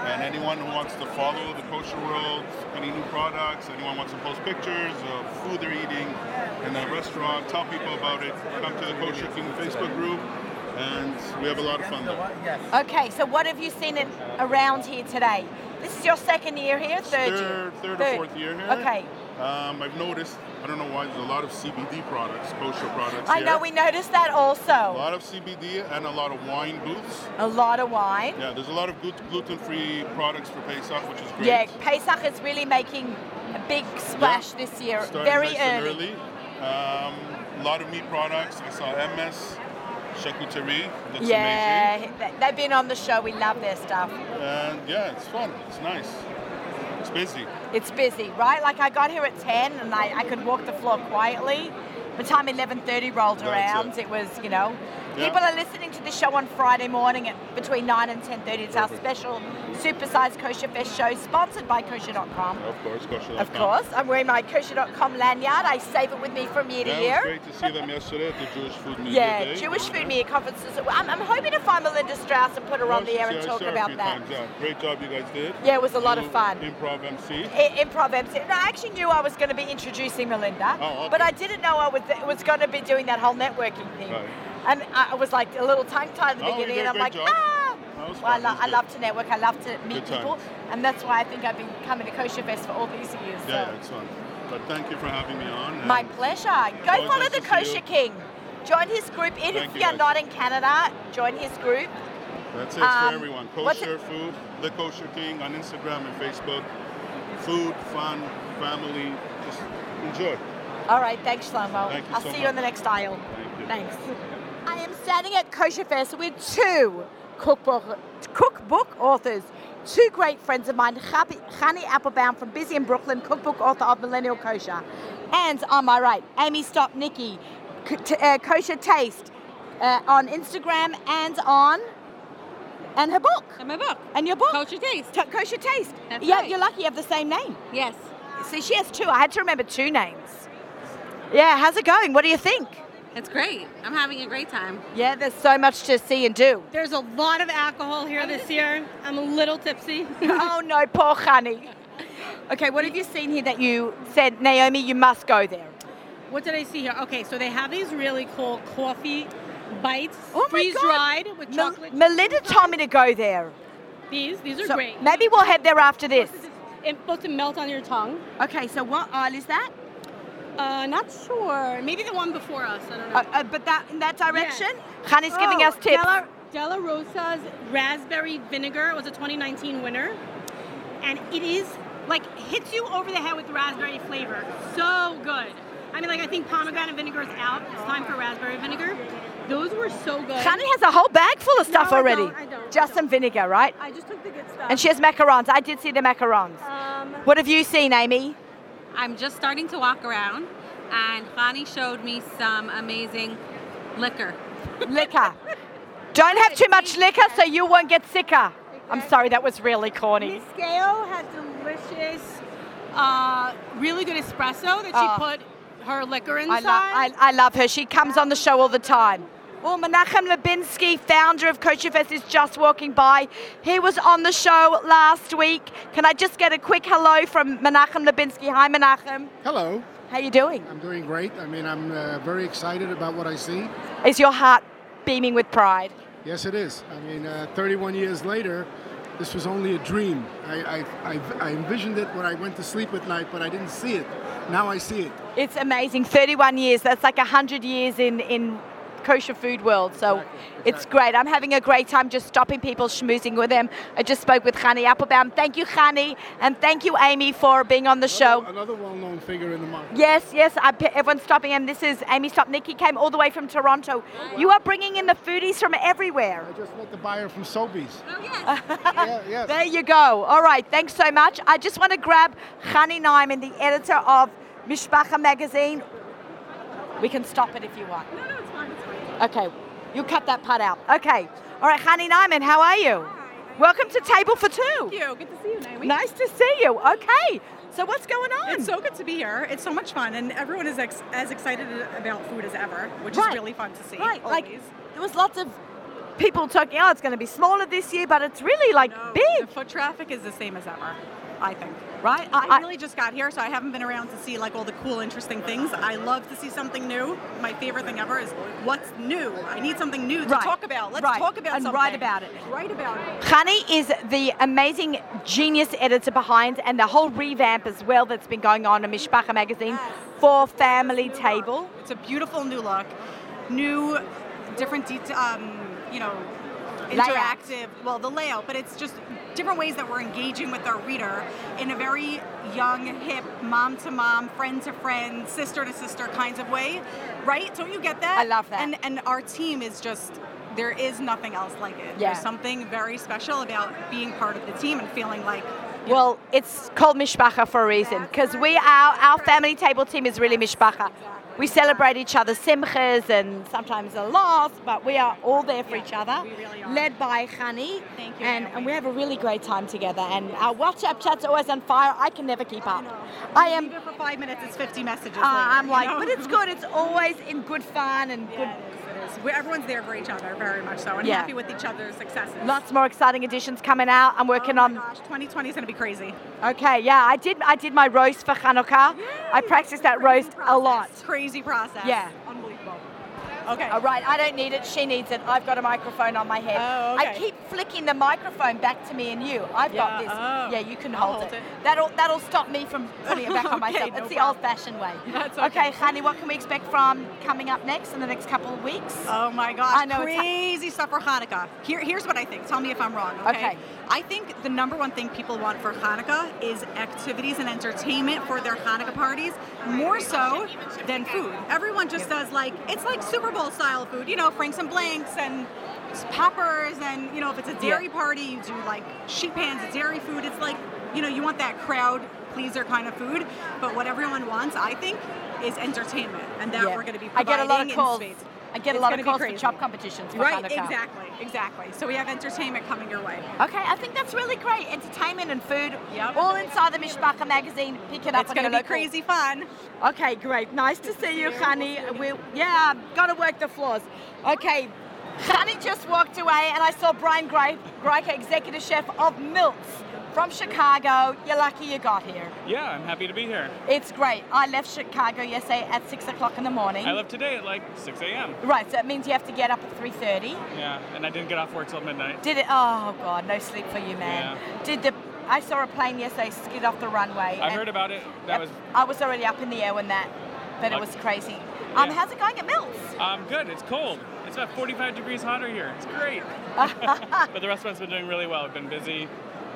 And anyone who wants to follow the kosher world, any new products, anyone wants to post pictures of food they're eating in that restaurant, tell people about it. Come to the Kosher King Facebook group, and we have a lot of fun there.
Okay, so what have you seen in, around here today? This is your second year here, third, year?
Third, third or fourth year here.
Okay.
Um, I've noticed. I don't know why there's a lot of CBD products, kosher products.
I
here.
know, we noticed that
A
also.
lot of CBD and a lot of wine booths.
A lot of wine.
Yeah, there's a lot of gluten-free products for Pesach, which is great.
Yeah, Pesach is really making a big splash this year,
Starting
very
nice and
early.
Um, a lot of meat products. I saw MS, charcuterie. That's
yeah,
amazing.
th- they've been on the show, we love their stuff.
And yeah, it's fun. It's nice. It's busy.
It's busy, right? Like I got here at 10 and I, I could walk the floor quietly. By the time 11.30 rolled
That's
around, it. was, you know,
Yeah.
people are listening to the show on Friday morning at between 9 and 10.30. It's our special supersized Kosher Fest show sponsored by Kosher.com.
Of course, kosher.
Um, Of course, I'm wearing my Kosher.com lanyard. I save it with me from year
Yeah,
to
it was
year.
great to see them yesterday at the Jewish Food Media
Yeah,
Day.
Jewish Food Media Conferences. I'm, I'm hoping to find Melinda Strauss and put her on the air
Yeah,
and
I
talk
saw a
about
few
that.
times, yeah. Great job you guys did.
Yeah, it was a lot of
You
fun.
Improv MC.
I- in Proverbs. And I actually knew I was going to be introducing Melinda,
Oh, okay.
but I didn't know I was, was going to be doing that whole networking thing.
Right.
And I I was like a little tongue tied at the
No, you
beginning,
did a
and I'm
great job.
like, ah! Well, I, lo- I love to network, I love to meet
Good times.
people, and that's why I think I've been coming to Kosher Fest for all these years.
Yeah,
so.
yeah, it's fun. But thank you for having me on. and-
My pleasure. Go
Always
follow
nice to see
the
you.
Kosher King. Join his group. Even
Thank
if
you,
you're
guys.
not in Canada, join his group.
That's it it's
Um,
for everyone.
what's
Kosher food, the Kosher King on Instagram and Facebook. Food, fun, family. Just enjoy.
All right, thanks, Shlomo.
Thank you
I'll
so
see you
much.
on the next aisle.
Thank you.
Thanks. I am standing at Kosher Fest with two cookbook, cookbook authors, two great friends of mine, Chabi- Chani Applebaum from Busy in Brooklyn, cookbook author of Millennial Kosher, and on my right, Amy Stopnicki, K- t- uh, Kosher Taste, uh, on Instagram and on. And her book. And my book. And your book. Kosher Taste. Kosher Taste.
That's
yeah,
right.
you're lucky you have the same name. Yes. See, she has two. I had to remember two names. Yeah, how's it going? What do you think?
It's great. I'm having a great time.
Yeah, there's so much to see and do.
There's a lot of alcohol here this year. I'm a little tipsy.
oh no, poor honey. Okay, what have you seen here that you said, Naomi, you must go there?
What did I see here? Okay, so they have these really cool coffee bites,
Oh my
freeze
God.
dried with
Mel-
chocolate.
Melinda told me to go there.
These, these are
So
great.
Maybe we'll have there after this.
It's supposed to melt on your tongue.
Okay, so what aisle is that?
Uh, not sure. Maybe the one before us. I don't know.
Uh, uh, but that in that direction,
Yes.
Hannah's giving
Oh,
us tips.
Della, Della Rosa's raspberry vinegar was a 2019 winner, and it is like hits you over the head with raspberry flavor. So good. I mean, like I think pomegranate vinegar is out. It's time for raspberry vinegar. Those were so good.
Hannah has a whole bag full of stuff
No, I don't,
already.
I don't, I
Just some vinegar, right?
I just took the good stuff.
And she has macarons. I did see the macarons.
Um,
What have you seen, Amy?
I'm just starting to walk around, and Bonnie showed me some amazing liquor.
liquor. Don't have too much liquor so you won't get sicker. I'm sorry, that was really corny.
Miss Gale had delicious, uh, really good espresso that she
Oh.
put her liquor
I,
inside.
lo- I, I love her. She comes on the show all the time. Well, Oh, Menachem Lubinsky, founder of Fest, is just walking by. He was on the show last week. Can I just get a quick hello from Menachem Lubinsky? Hi, Menachem.
Hello.
How you doing?
I'm doing great. I mean, I'm uh, very excited about what I see.
Is your heart beaming with pride?
Yes, it is. I mean, uh, 31 years later, this was only a dream. I, I, I, I envisioned it when I went to sleep at night, but I didn't see it. Now I see it.
It's amazing. 31 years. That's like 100 years in, in kosher food world. So it's great. I'm having a great time just stopping people, schmoozing with them. I just spoke with Hani Applebaum. Thank you, Hani. And thank you, Amy, for being on the show.
Another well-known figure in the market.
Yes, yes. I, pe- everyone's stopping. And this is Amy Stopnicki came all the way from Toronto. You are bringing in the foodies from everywhere.
I just met the buyer from Sobeys.
Oh,
There you go. All right, thanks so much. I just want to grab Hani Naiman, the editor of Mishpacha magazine. We can stop it if you want.
No, no, it's fine. It's fine.
Okay, you cut that part out. Okay. All right, Hani Naiman, how are you? Welcome to Table for Two. Thank
you. Good to see you, Naomi.
Nice to see you. Okay. So what's going on?
It's so good to be here. It's so much fun, and everyone is ex- as excited about food as ever, which
Right.
is really fun to see.
Right, like,
always.
There was lots of people talking, oh, it's going to be smaller this year, but it's really like
big. The foot traffic is the same as ever, I think. Right? I, really just got here, so I haven't been around to see like all the cool, interesting things. I love to see something new. My favorite thing ever is what's new. I need something new to
Right.
talk about. Let's
Right.
talk about
And
something.
write about it.
Write about it.
Hani is the amazing genius editor behind and the whole revamp as well that's been going on in Mishpacha magazine for Family Table.
It's a beautiful new look, new, different, det- um, you know,
Layout.
interactive. Well, the layout, but it's just different ways that we're engaging with our reader in a very young, hip, mom to mom, friend to friend, sister to sister kinds of way, right? Don't you get that? I love that. And and our team is just. There is nothing else like it.
Yeah.
There's something very special about being part of the team and feeling like
Well, it's called Mishpacha for a reason because we our, our family table team is really Mishpacha. We celebrate each other's simchas and sometimes a loss, but we are all there for each other, led by Hani. Thank you. And, and we have a really great time together. And our WhatsApp chat's always on fire. I can never keep up. I, am.
for five minutes, it's 50 messages.
Uh,
later,
I'm
you
like,
know?
but it's good. It's always in good fun and good.
We- Everyone's there for each other, very much so, and
Yeah.
happy with each other's successes.
Lots more exciting editions coming out. I'm working on.
2020 is going to be crazy.
Okay, yeah, I did. I did my roast for Hanukkah. I practiced that roast a lot.
Crazy process.
Yeah.
Unbelievable.
Okay. All right, I don't need it. She needs it. I've got a microphone on my head.
Oh,
I
okay.
keep flicking the microphone back to me and you. I've
Yeah,
got this.
oh.
Yeah, you can
I'll
hold,
hold
it.
it.
That'll that'll stop me from putting it back on
Okay,
myself.
no
it's the
problem.
old-fashioned way.
That's
okay. honey. What can we expect from coming up next in the next couple of weeks?
Oh my gosh,
I know. it's-
crazy stuff for Hanukkah. Here, here's what I think. Tell me if I'm wrong. Okay?
Okay.
I think the number one thing people want for Hanukkah is activities and entertainment for their Hanukkah parties, more so than food. Everyone just does like it's like Super Bowl style food. You know, franks and blanks and peppers, and you know, if it's a dairy party, you do like sheep hands, dairy food. It's like you know, you want that crowd pleaser kind of food. But what everyone wants, I think, is entertainment, and that
Yeah.
we're going to be
I
providing
get a lot of
in
calls.
spades.
I get a
It's
lot
gonna
of
be
calls for
crazy.
chop competitions for
Right,
Hanukkah.
exactly, exactly. So we have entertainment coming your way.
Okay, I think that's really great. Entertainment and food, all inside the Mishpacha magazine. Pick it up.
It's
going to
gonna be crazy fun.
Okay, great. Nice to see you, honey. We, yeah, got to work the floors. Okay, honey just walked away, and I saw Brian Gre- Greike, executive chef of Milts. from Chicago. You're lucky you got here.
Yeah, I'm happy to be here.
It's great. I left Chicago yesterday at six o'clock in the morning.
I left today at like 6 a.m.
Right, so it means you have to get up at 3:30.
Yeah, and I didn't get off work till midnight.
Did it? Oh God, no sleep for you, man.
Yeah.
Did the? I saw a plane yesterday skid off the runway.
I
and
heard about it. That was
I was already up in the air when that, but it
Luck-
was crazy. Um, how's it going at Mills?
um, good. It's cold. It's about 45 degrees hotter here. It's great. but the restaurant's been doing really well. I've been busy,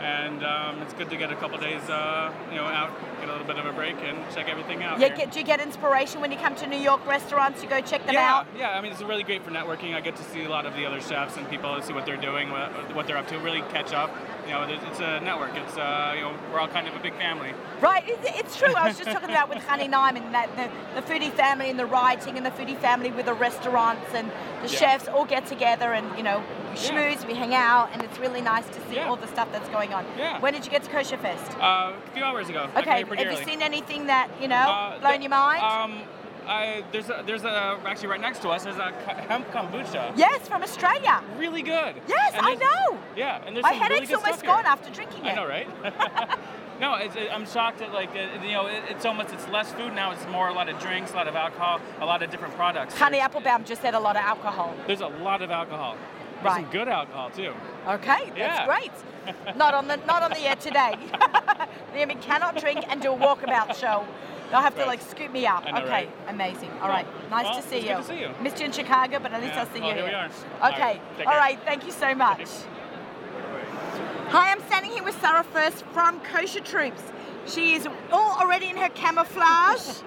and um, it's good to get a couple days, uh, you know, out, get a little bit of a break, and check everything out.
Yeah,
here.
get, do you get inspiration when you come to New York restaurants? You go check them
yeah,
out.
Yeah, I mean, it's really great for networking. I get to see a lot of the other chefs and people, see what they're doing, what, what they're up to, really catch up. You know, there's- it's a network. It's, uh, you know, we're all kind of a big family.
Right, it, it's true. I was just talking about with Honey Nyman, that the, the foodie family and the writing and the foodie family with the restaurants and the
Yeah.
chefs all get together and, you know, we
Yeah.
schmooze, we hang out, and it's really nice to see
Yeah.
all the stuff that's going on.
Yeah.
When did you get to Kosher Fest?
Uh, a few hours ago. I came
Okay,
here pretty
have you
early.
seen anything that, you know,
Uh,
blown
the-
your mind?
Um, I, there's a, there's a, actually right next to us, there's a co- hemp kombucha.
yes, from Australia.
Really good.
Yes,
And
I
there's-
know.
Yeah, and there's
My
some really
headache's
good
almost
stuff here.
gone after drinking it.
I know, right? no, it's, it, I'm shocked at like it, you know it, it's almost it's less food now. It's more a lot of drinks, a lot of alcohol, a lot of different products.
Honey Applebaum just had a lot of alcohol.
There's a lot of alcohol. There's Some
Right.
good alcohol too.
Okay, that's
Yeah.
great. Not on the not on the air today. Liam, we cannot drink and do a walkabout show. They'll have to
Right.
like scoop me up.
I know,
okay,
right?
amazing. All
Well,
right, nice
well,
to see
it's
you.
good to see you.
Missed you in Chicago, but at least
Yeah.
I'll see
Well,
you
here we
here.
are.
Okay,
All right, take
all
care.
right. Thank you so much. Hi, I'm standing here with Sarah First from Kosher Troops. She is all already in her camouflage.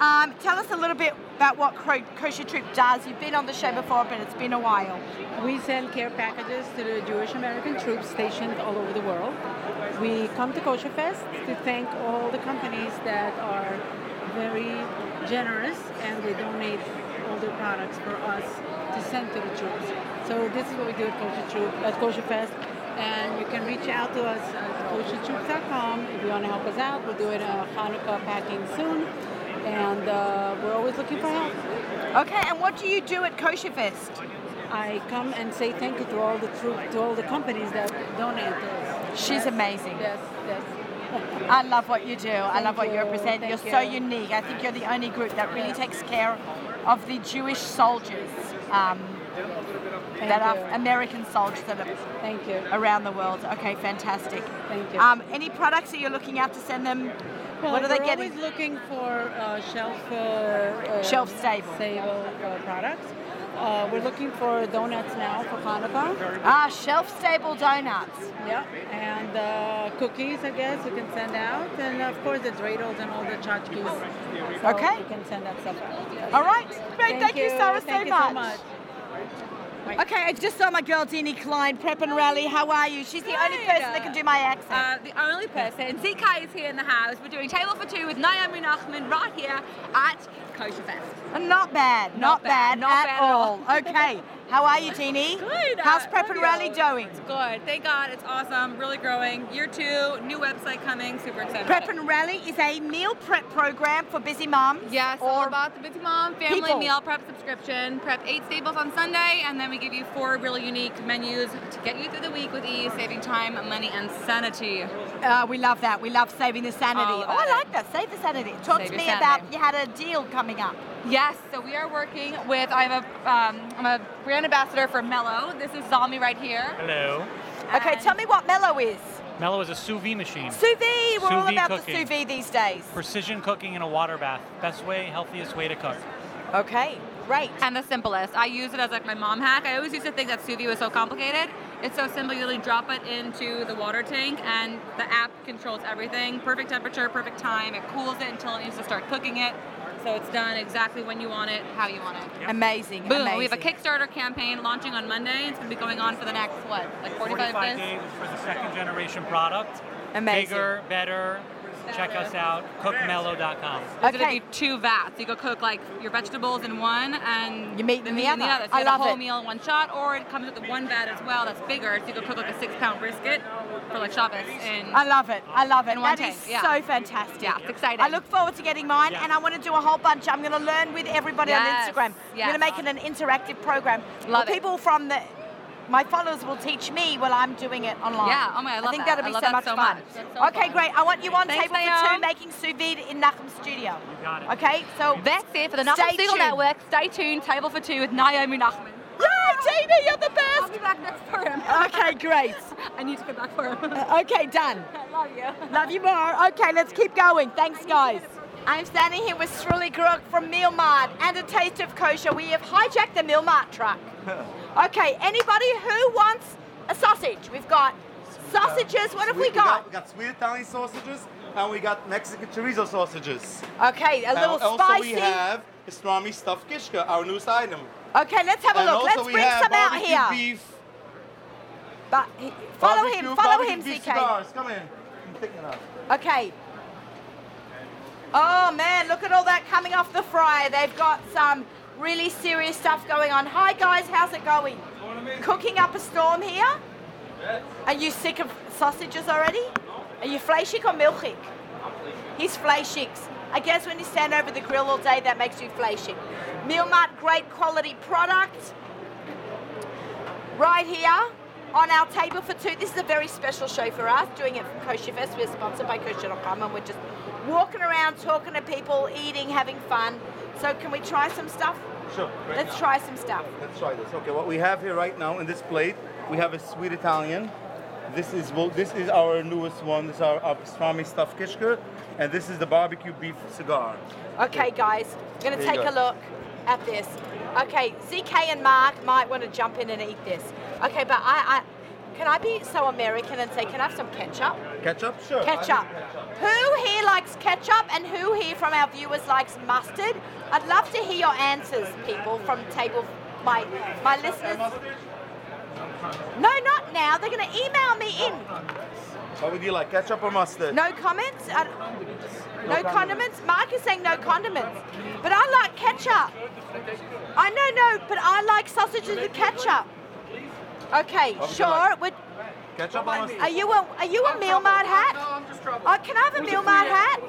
um, tell us a little bit about what Cro- Kosher Troop does. You've been on the show before, but it's been a while.
We sell care packages to the Jewish American troops stationed all over the world. We come to Kosher Fest to thank all the companies that are very generous and they donate all their products for us to send to the troops. So this is what we do at Kosher Troop at Kosher Fest. And you can reach out to us at koshertroops.com if you want to help us out. We're doing a Hanukkah packing soon, and uh, we're always looking for help.
Okay, and what do you do at Kosher Fest?
I come and say thank you to all the troop, to all the companies that donate. to us.
She's
Yes,
amazing.
Yes, yes.
I love what you do. I love what you
you.
represent.
Thank
you're so
you.
unique. I think you're the only group that really takes care of the Jewish soldiers um,
Thank
that
you.
are American soldiers that are
Thank you.
around the world. Okay, fantastic.
Thank you.
Um, any products that you're looking out to send them?
Well,
what are they
we're
getting?
always looking for uh, shelf uh, uh,
Shelf stable.
stable uh, products. Uh, we're looking for donuts now for Hanukkah.
Ah, shelf stable donuts.
Yeah, and uh, cookies, I guess, we can send out. And of course, the dreidels and all the tchotchkes. So
Okay.
We can send out stuff out. Yes.
All right, great.
Thank
Thank, you,
you.
Sarah,
Thank
so
you so
much.
much.
Okay, I just saw my girl Dini Klein, Prep and Rally. How are you? She's the only person that can do my accent.
Uh, the only person. ZK is here in the house. We're doing Table for Two with Naomi Nachman right here at Kosher Fest.
Uh, Not bad, not, bad,
not
at,
bad at
all.
all.
okay, how are you, Jeannie?
Good.
How's
Uh,
Prep and Rally doing?
It's good. Thank God. It's awesome. Really growing. Year two, new website coming. Super excited. about
Prep and Rally is a meal prep program for busy mums.
Yes, all about the busy mom, it. family
people.
meal prep subscription. Prep eight staples on Sunday, and then we give you four really unique menus to get you through the week with ease, saving time, money, and sanity.
Uh, we love that. We love saving the sanity.
All
Oh,
about
I like that. Save the sanity. Talk
Save
to
your
me
sanity.
about you had a deal coming up.
Yes, so we are working with. I have a. Um, I'm a brand ambassador for Mellow. This is Zalmi right here.
Hello.
Okay, tell me what Mellow is.
Mellow is a sous vide machine.
Sous vide. We're
Sous
all
vide
about
cooking.
the sous vide these days.
Precision cooking in a water bath. Best way, healthiest way to cook.
Okay, great.
And the simplest. I use it as like my mom hack. I always used to think that sous vide was so complicated. It's so simple. You literally drop it into the water tank, and the app controls everything. Perfect temperature, perfect time. It cools it until it needs to start cooking it. So it's done exactly when you want it, how you want it.
Amazing.
Boom!
amazing.
We have a Kickstarter campaign launching on Monday. It's going to be going on for the next what, like 45,
45
days.
days for the second generation product.
Amazing.
Bigger, better. Check us out. Cookmellow.com.
It's gonna be two vats. You go cook like your vegetables in one and
Your meat in the
in the
other.
other. So
I
you get a
love
whole
it.
meal in one shot, or it comes with one vat as well that's bigger. So you go cook like a six pound brisket for like Shabbos. And
I love it. I love it.
In one
That is
tank, yeah.
so fantastic.
Yeah, it's exciting.
I look forward to getting mine, and I want to do a whole bunch. I'm going to learn with everybody
Yes,
on Instagram. I'm
yes.
going to make it an interactive program.
Love
for
it.
people from the my followers will teach me while I'm doing it online.
Yeah, oh my, I love
I think
that.
will
I
be
love
so
that
much
so
fun.
much. That's so
okay,
fun.
great. I want you on
Thanks,
table for
Naomi.
two making sous vide in Nachum's studio. You
got it.
Okay, so
That's it for the Nachum
stay
Siegel
tuned.
Network. Stay tuned, Table for Two with Naomi Nachman.
Yay, Tina, you're the best!
I'll be back next program.
Okay, great.
I need to go back for him.
okay, done.
I love you.
Love you more. Okay, let's keep going. Thanks, guys. I'm standing here with Sruli Grook from Meal Mart and a taste of kosher. We have hijacked the Meal Mart truck. Okay, anybody who wants a sausage? We've got sausages. What have we
Sweet-
got?
We got sweet Italian sausages and we got Mexican chorizo sausages.
Okay, a
And
little
also
spicy.
we have pastrami stuffed kishka, our newest item.
Okay, let's have a
And
look.
also
Let's
we
bring
have
some out
barbecue
here.
Beef,
But he- follow him,
barbecue-
follow
barbecue
him,
beef
CK.
Cigars. Come in. I'm picking up.
Okay. Oh man, look at all that coming off the fryer. They've got some really serious stuff going on. Hi guys, how's it going? Cooking up a storm here? Are you sick of sausages already? Are you fleshik or milchik?
um,
He's fleshiks. I guess when you stand over the grill all day, that makes you fleshik. Meal Mart, great quality product. Right here on our table for two. This is a very special show for us, doing it from Kosher Fest. We're sponsored by kosher.com and we're just walking around, talking to people, eating, having fun. So can we try some stuff?
Sure. right
Let's
now.
try some stuff.
Let's try this. Okay, what we have here right now in this plate, we have a sweet Italian. This is well, this is our newest one. This is our, our pastrami stuffed kishka, and this is the barbecue beef cigar.
Okay, guys, we're gonna
There you
take a
go.
look at this. Okay, ZK and Mark might want to jump in and eat this. Okay, but I, I can I be so American and say, can I have some ketchup?
Ketchup, sure.
Ketchup. Who here likes ketchup and who here from our viewers likes mustard? I'd love to hear your answers, people, from table my my listeners. No, not now. They're gonna email me in.
What would you like, ketchup or mustard?
No comments? I- no condiments? Mark is saying no condiments. But I like ketchup. I know, no, but I like sausages with ketchup. Okay,
What would you
sure.
like?
Would,
Ketchup or mustard?
are you a are you a meal mart hat? Oh, can I have a meal mart hat?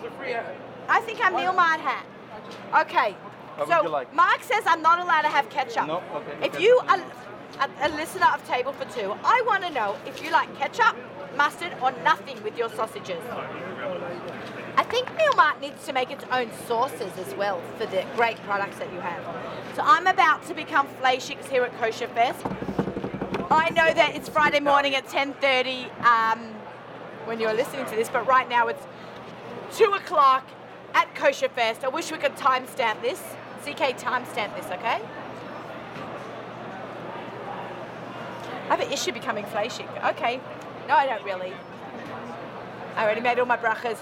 I think I'm meal mart hat. Okay.
What would
so
you like?
Mark says I'm not allowed to have ketchup.
No, okay,
If
ketchup.
you are a, a listener of Table for Two, I want to know if you like ketchup, mustard, or nothing with your sausages. I think Meal Mart needs to make its own sauces as well for the great products that you have. So I'm about to become flayshiks here at Kosher Fest. I know that it's Friday morning at 10:30 um, when you're listening to this, but right now it's two o'clock at Kosher Fest. I wish we could timestamp this. CK, timestamp this, okay? I have an issue becoming flayshick. Okay. No, I don't really. I already made all my brachas.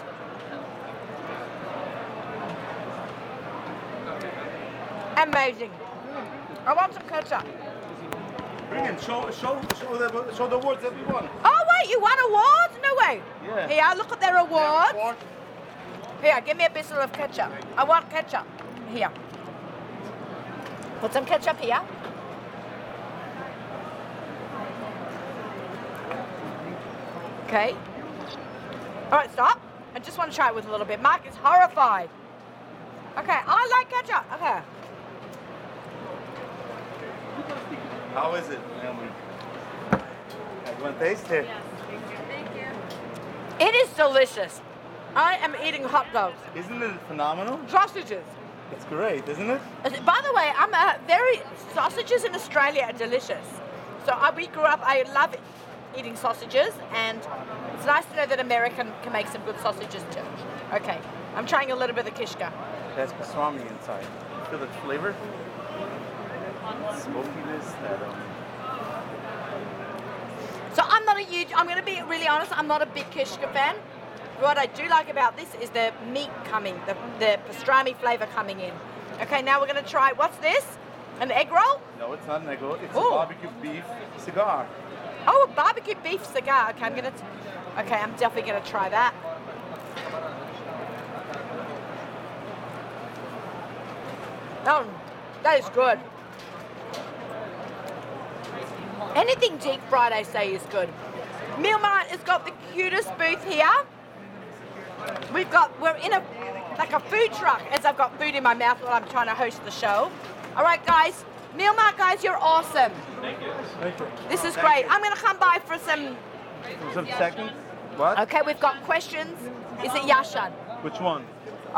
Amazing. I want some ketchup.
Bring in, show, show, show the, show the words that we won.
Oh wait, you won awards? No way.
Yeah.
Here, look at their awards. Here, give me a bit of ketchup. I want ketchup. Here. Put some ketchup here. Okay. All right, stop. I just want to try it with a little bit. Mark is horrified. Okay, I like ketchup. Okay.
How is it? Naomi? Everyone taste it?
It is delicious. I am eating hot dogs,
Isn't it phenomenal?
sausages.
It's great, isn't it?
By the way, I'm a very sausages in Australia are delicious. So I, we grew up. I love eating sausages, and it's nice to know that American can make some good sausages too. Okay, I'm trying a little bit of the kishka.
That's pastrami inside. Feel the flavor? Smokiness. that, um,
So I'm not a huge. I'm going to be really honest. I'm not a big kishka fan. What I do like about this is the meat coming, the, the pastrami flavor coming in. Okay, now we're going to try. What's this? An egg roll?
No, it's not nego. It's
Ooh.
a barbecue beef cigar.
Oh, a barbecue beef cigar. Okay, I'm gonna. T- okay, I'm definitely gonna try that. Oh, that is good. Anything deep fried, I say, is good. Meal Mart has got the cutest booth here. We've got we're in a like a food truck as I've got food in my mouth while I'm trying to host the show. All right, guys, Nilmar, guys, you're awesome.
Thank you.
This is great.
Thank
I'm going to come by for some.
you. Some seconds. What?
Okay, we've got questions. Is it Yashan?
Which one?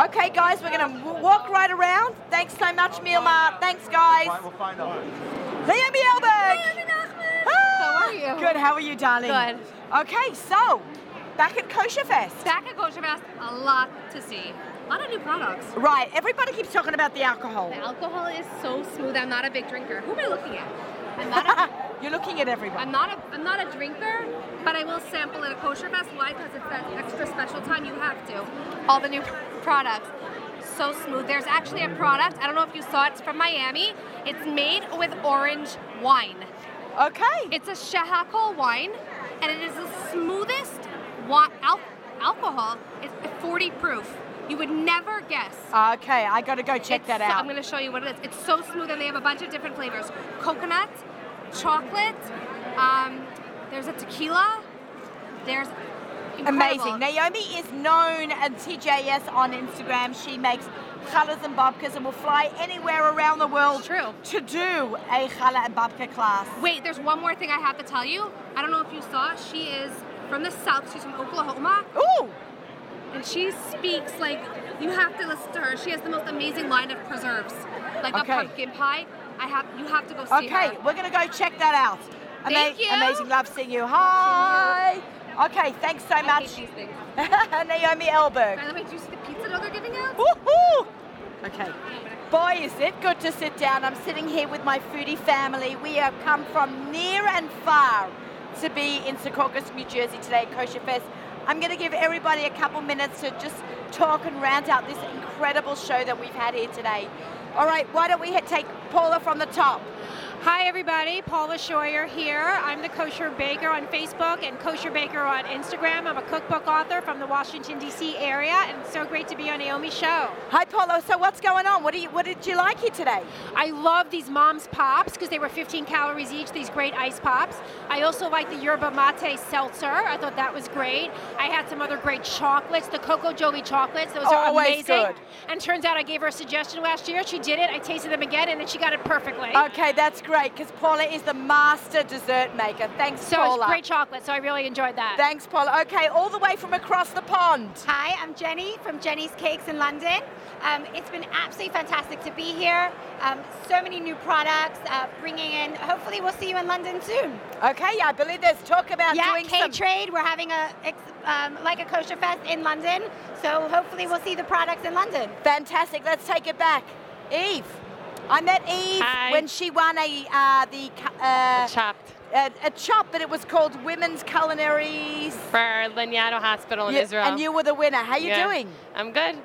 Okay, guys, we're going to walk right around. Thanks so much, Milmar. Thanks, guys.
We'll find out.
Leah Bielberg. How are you? Ah! Good. How are you, darling?
Good.
Okay, so back at Kosher Fest.
Back at Kosher Fest, a lot to see. A lot of new products.
Right. Everybody keeps talking about the alcohol.
The alcohol is so smooth. I'm not a big drinker. Who am I looking at? I'm not
You're looking at everyone.
I'm not a I'm not a drinker, but I will sample at a kosher fest. Why? Because it's that extra special time. You have to. All the new products. So smooth. There's actually a product. I don't know if you saw it. It's from Miami. It's made with orange wine.
Okay.
It's a Shahakol wine, and it is the smoothest wa- al- alcohol. It's 40 proof. You would never guess.
Okay, I got to go check
It's
that
so-
out.
I'm going to show you what it is. It's so smooth, and they have a bunch of different flavors: coconut, chocolate. Um, there's a tequila. There's incredible.
Amazing. Naomi is known at TJS on Instagram. She makes challahs and babkas and will fly anywhere around the world to do a challah and babka class.
Wait, there's one more thing I have to tell you. I don't know if you saw. She is from the south. She's from Oklahoma.
Ooh.
And she speaks like you have to listen to her. She has the most amazing line of preserves, like
Okay.
a pumpkin pie. I have. You have to go see her.
Okay, we're going to go check that out.
Thank you.
Amazing. Love seeing you. Hi. Okay, thanks so much. Naomi Elberg.
By the way, do you see the pizza dough they're giving out?
Woohoo! Okay. Boy, is it good to sit down. I'm sitting here with my foodie family. We have come from near and far to be in Secaucus, New Jersey today at Kosher Fest. I'm going to give everybody a couple minutes to just talk and round out this incredible show that we've had here today. All right, why don't we hit- take Paula from the top?
Hi,
everybody. Paula Scheuer here. I'm the Kosher Baker on Facebook and Kosher Baker on Instagram. I'm a cookbook author from the Washington, D.C. area, and it's so great to be on Naomi's show.
Hi, Paula. So, what's going on? What, do you, what did you like here today?
I love these mom's pops because they were 15 calories each, these great ice pops. I also like the yerba mate seltzer. I thought that was great. I had some other great chocolates, the Coco Joey chocolates. Those are
Always good.
amazing. And turns out I gave her a suggestion last year. She did it. I tasted them again, and then she got it perfectly.
Okay, that's great because Paula is the master dessert maker. Thanks,
So
Paula.
it's great chocolate, so I really enjoyed that.
Thanks, Paula. Okay, all the way from across the pond.
Hi,
I'm Jenny from Jenny's Cakes in London.
Um, it's been absolutely fantastic to be here. Um, so many new products, uh, bringing in. Hopefully, we'll see you in London soon.
Okay, yeah, I believe there's talk about
yeah,
doing
K
some-
Trade. We're having a ex- um, like a kosher fest in London, so hopefully, we'll see the products in London.
Fantastic. Let's take it back. Eve. I met Eve when she won a uh, the cu- uh,
Chopped.
A, a chop, but it was called Women's Culinary.
For Laniado Hospital in
You-
Israel.
And you were the winner. How you
Yeah.
doing?
I'm good.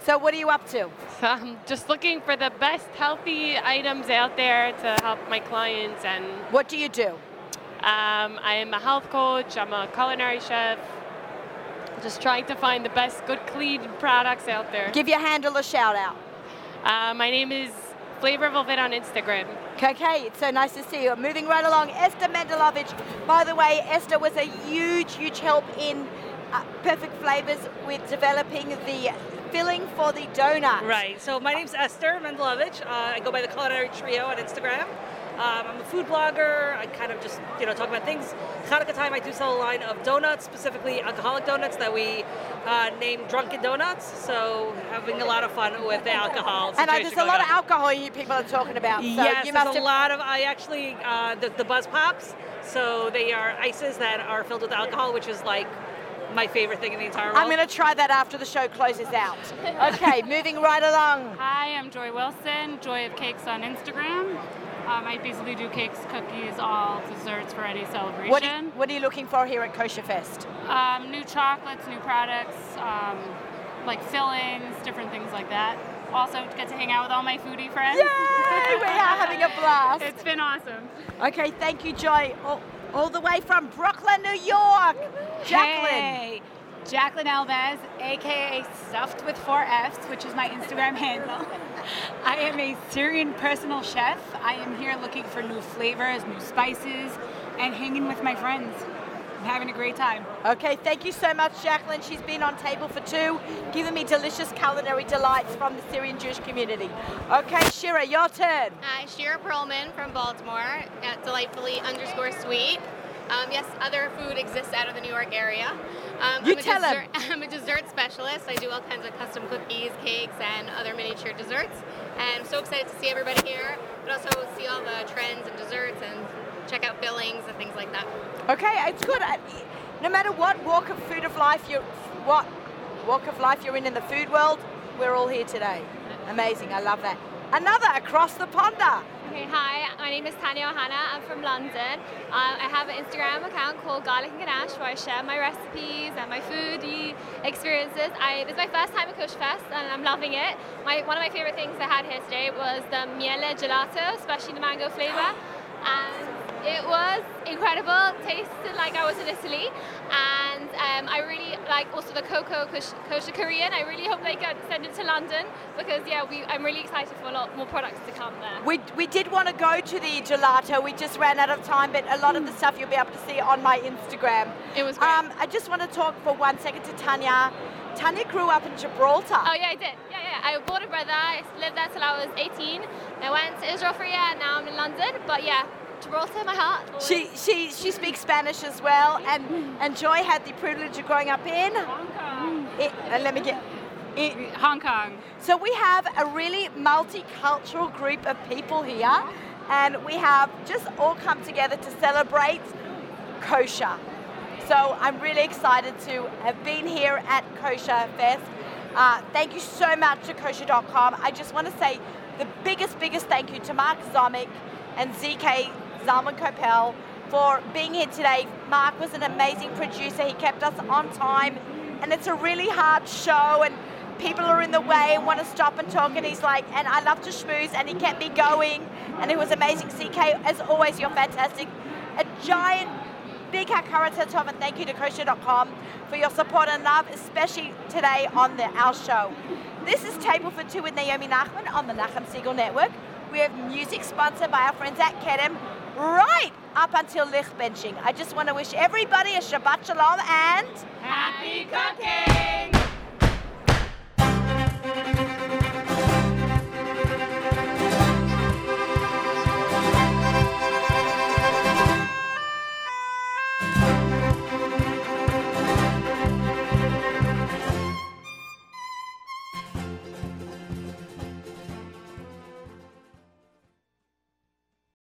So what are you up to?
So I'm just looking for the best healthy items out there to help my clients and.
What do you do?
Um, I am a health coach. I'm a culinary chef. Just trying to find the best good clean products out there.
Give your handle a shout out.
Uh, my name is Flavor Velvet on Instagram.
Okay, it's so nice to see you. Moving right along, Esther Mandelovich. By the way, Esther was a huge, huge help in uh, Perfect Flavors with developing the filling for the donut.
Right. So my name's Esther Mendelovich. Uh, I go by the Culinary Trio on Instagram. Um, I'm a food blogger. I kind of just you know talk about things. Hanukkah time, I do sell a line of donuts, specifically alcoholic donuts that we uh, name Drunken Donuts. So having a lot of fun with the alcohol.
And I,
situation
there's a
going
lot
on.
of alcohol here people are talking about. So
yes,
you
there's
must
a
have
lot of. I actually uh, the, the Buzz Pops. So they are ices that are filled with alcohol, which is like my favorite thing in the entire world.
I'm going to try that after the show closes out. Okay, moving right along.
Hi, I'm Joy Wilson, Joy of Cakes on Instagram. Um, I basically do cakes, cookies, all desserts for any celebration.
What are, you, what are you looking for here at Kosher Fest?
um, new chocolates, new products, um, like fillings, different things like that. Also, get to hang out with all my foodie friends.
Yay! We are having a blast.
It's been awesome.
Okay, thank you, Joy. All, all the way from Brooklyn, New York, Jacqueline.
Hey, Jacqueline Alves, aka Stuffed with Four Fs, which is my Instagram handle. I am a Syrian personal chef. I am here looking for new flavors, new spices, and hanging with my friends. having a great time.
Okay, thank you so much, Jacqueline. She's been on Table for Two, giving me delicious culinary delights from the Syrian Jewish community. Okay, Shira, your turn.
Hi, Shira Perlman from Baltimore at Delightfully underscore Sweet. Um, yes, other food exists out of the New York area. Um,
You
I'm a
tell 'em.
dessert, I'm a dessert specialist. I do all kinds of custom cookies, cakes, and other miniature desserts. And I'm so excited to see everybody here, but also see all the trends and desserts and check out fillings and things like that.
Okay, it's good. I- No matter what walk of food of life you what walk of life you're in in the food world, we're all here today. Amazing, I love that. Another across the ponder.
Okay, hi, my name is Tanya Ohana. I'm from London. Um, I have an Instagram account called Garlic and Ganache where I share my recipes and my foodie experiences. I, this is my first time at Kush Fest and I'm loving it. My, one of my favorite things I had here today was the miele gelato, especially the mango flavor. And it was incredible. It tasted like I was in Italy. And um, I really like also the cocoa kush- kosher Korean. I really hope they get send it to London because yeah, we, I'm really excited for a lot more products to come there.
We, we did want to go to the gelato. We just ran out of time, but a lot of the stuff you'll be able to see on my Instagram.
It was
Um, I just want to talk for one second to Tanya. Tanya grew up in Gibraltar.
Oh yeah, I did. Yeah, yeah. I bought a brother. I lived there till I was 18. I went to Israel for a year. Now I'm in London. But yeah, Gibraltar, my heart.
She she she speaks Spanish as well, and and Joy had the privilege of growing up in Hong Kong. let me get. i-
Hong Kong.
So we have a really multicultural group of people here, and we have just all come together to celebrate kosher. So I'm really excited to have been here at Kosher Fest. Uh, thank you so much to kosher.com. I just want to say the biggest, biggest thank you to Mark Zomick and ZK Zalman Kopel for being here today. Mark was an amazing producer. He kept us on time, and it's a really hard show, and people are in the way and want to stop and talk. And he's like, and I love to schmooze, and he kept me going, and it was amazing. ZK, as always, you're fantastic. A giant Big Hakarata Tom and thank you to kosher.com for your support and love, especially today on the Our Show. This is Table for Two with Naomi Nachman on the Nachum Siegel Network. We have music sponsored by our friends at Kedem right up until Lich Benching. I just want to wish everybody a Shabbat Shalom and
Happy cooking!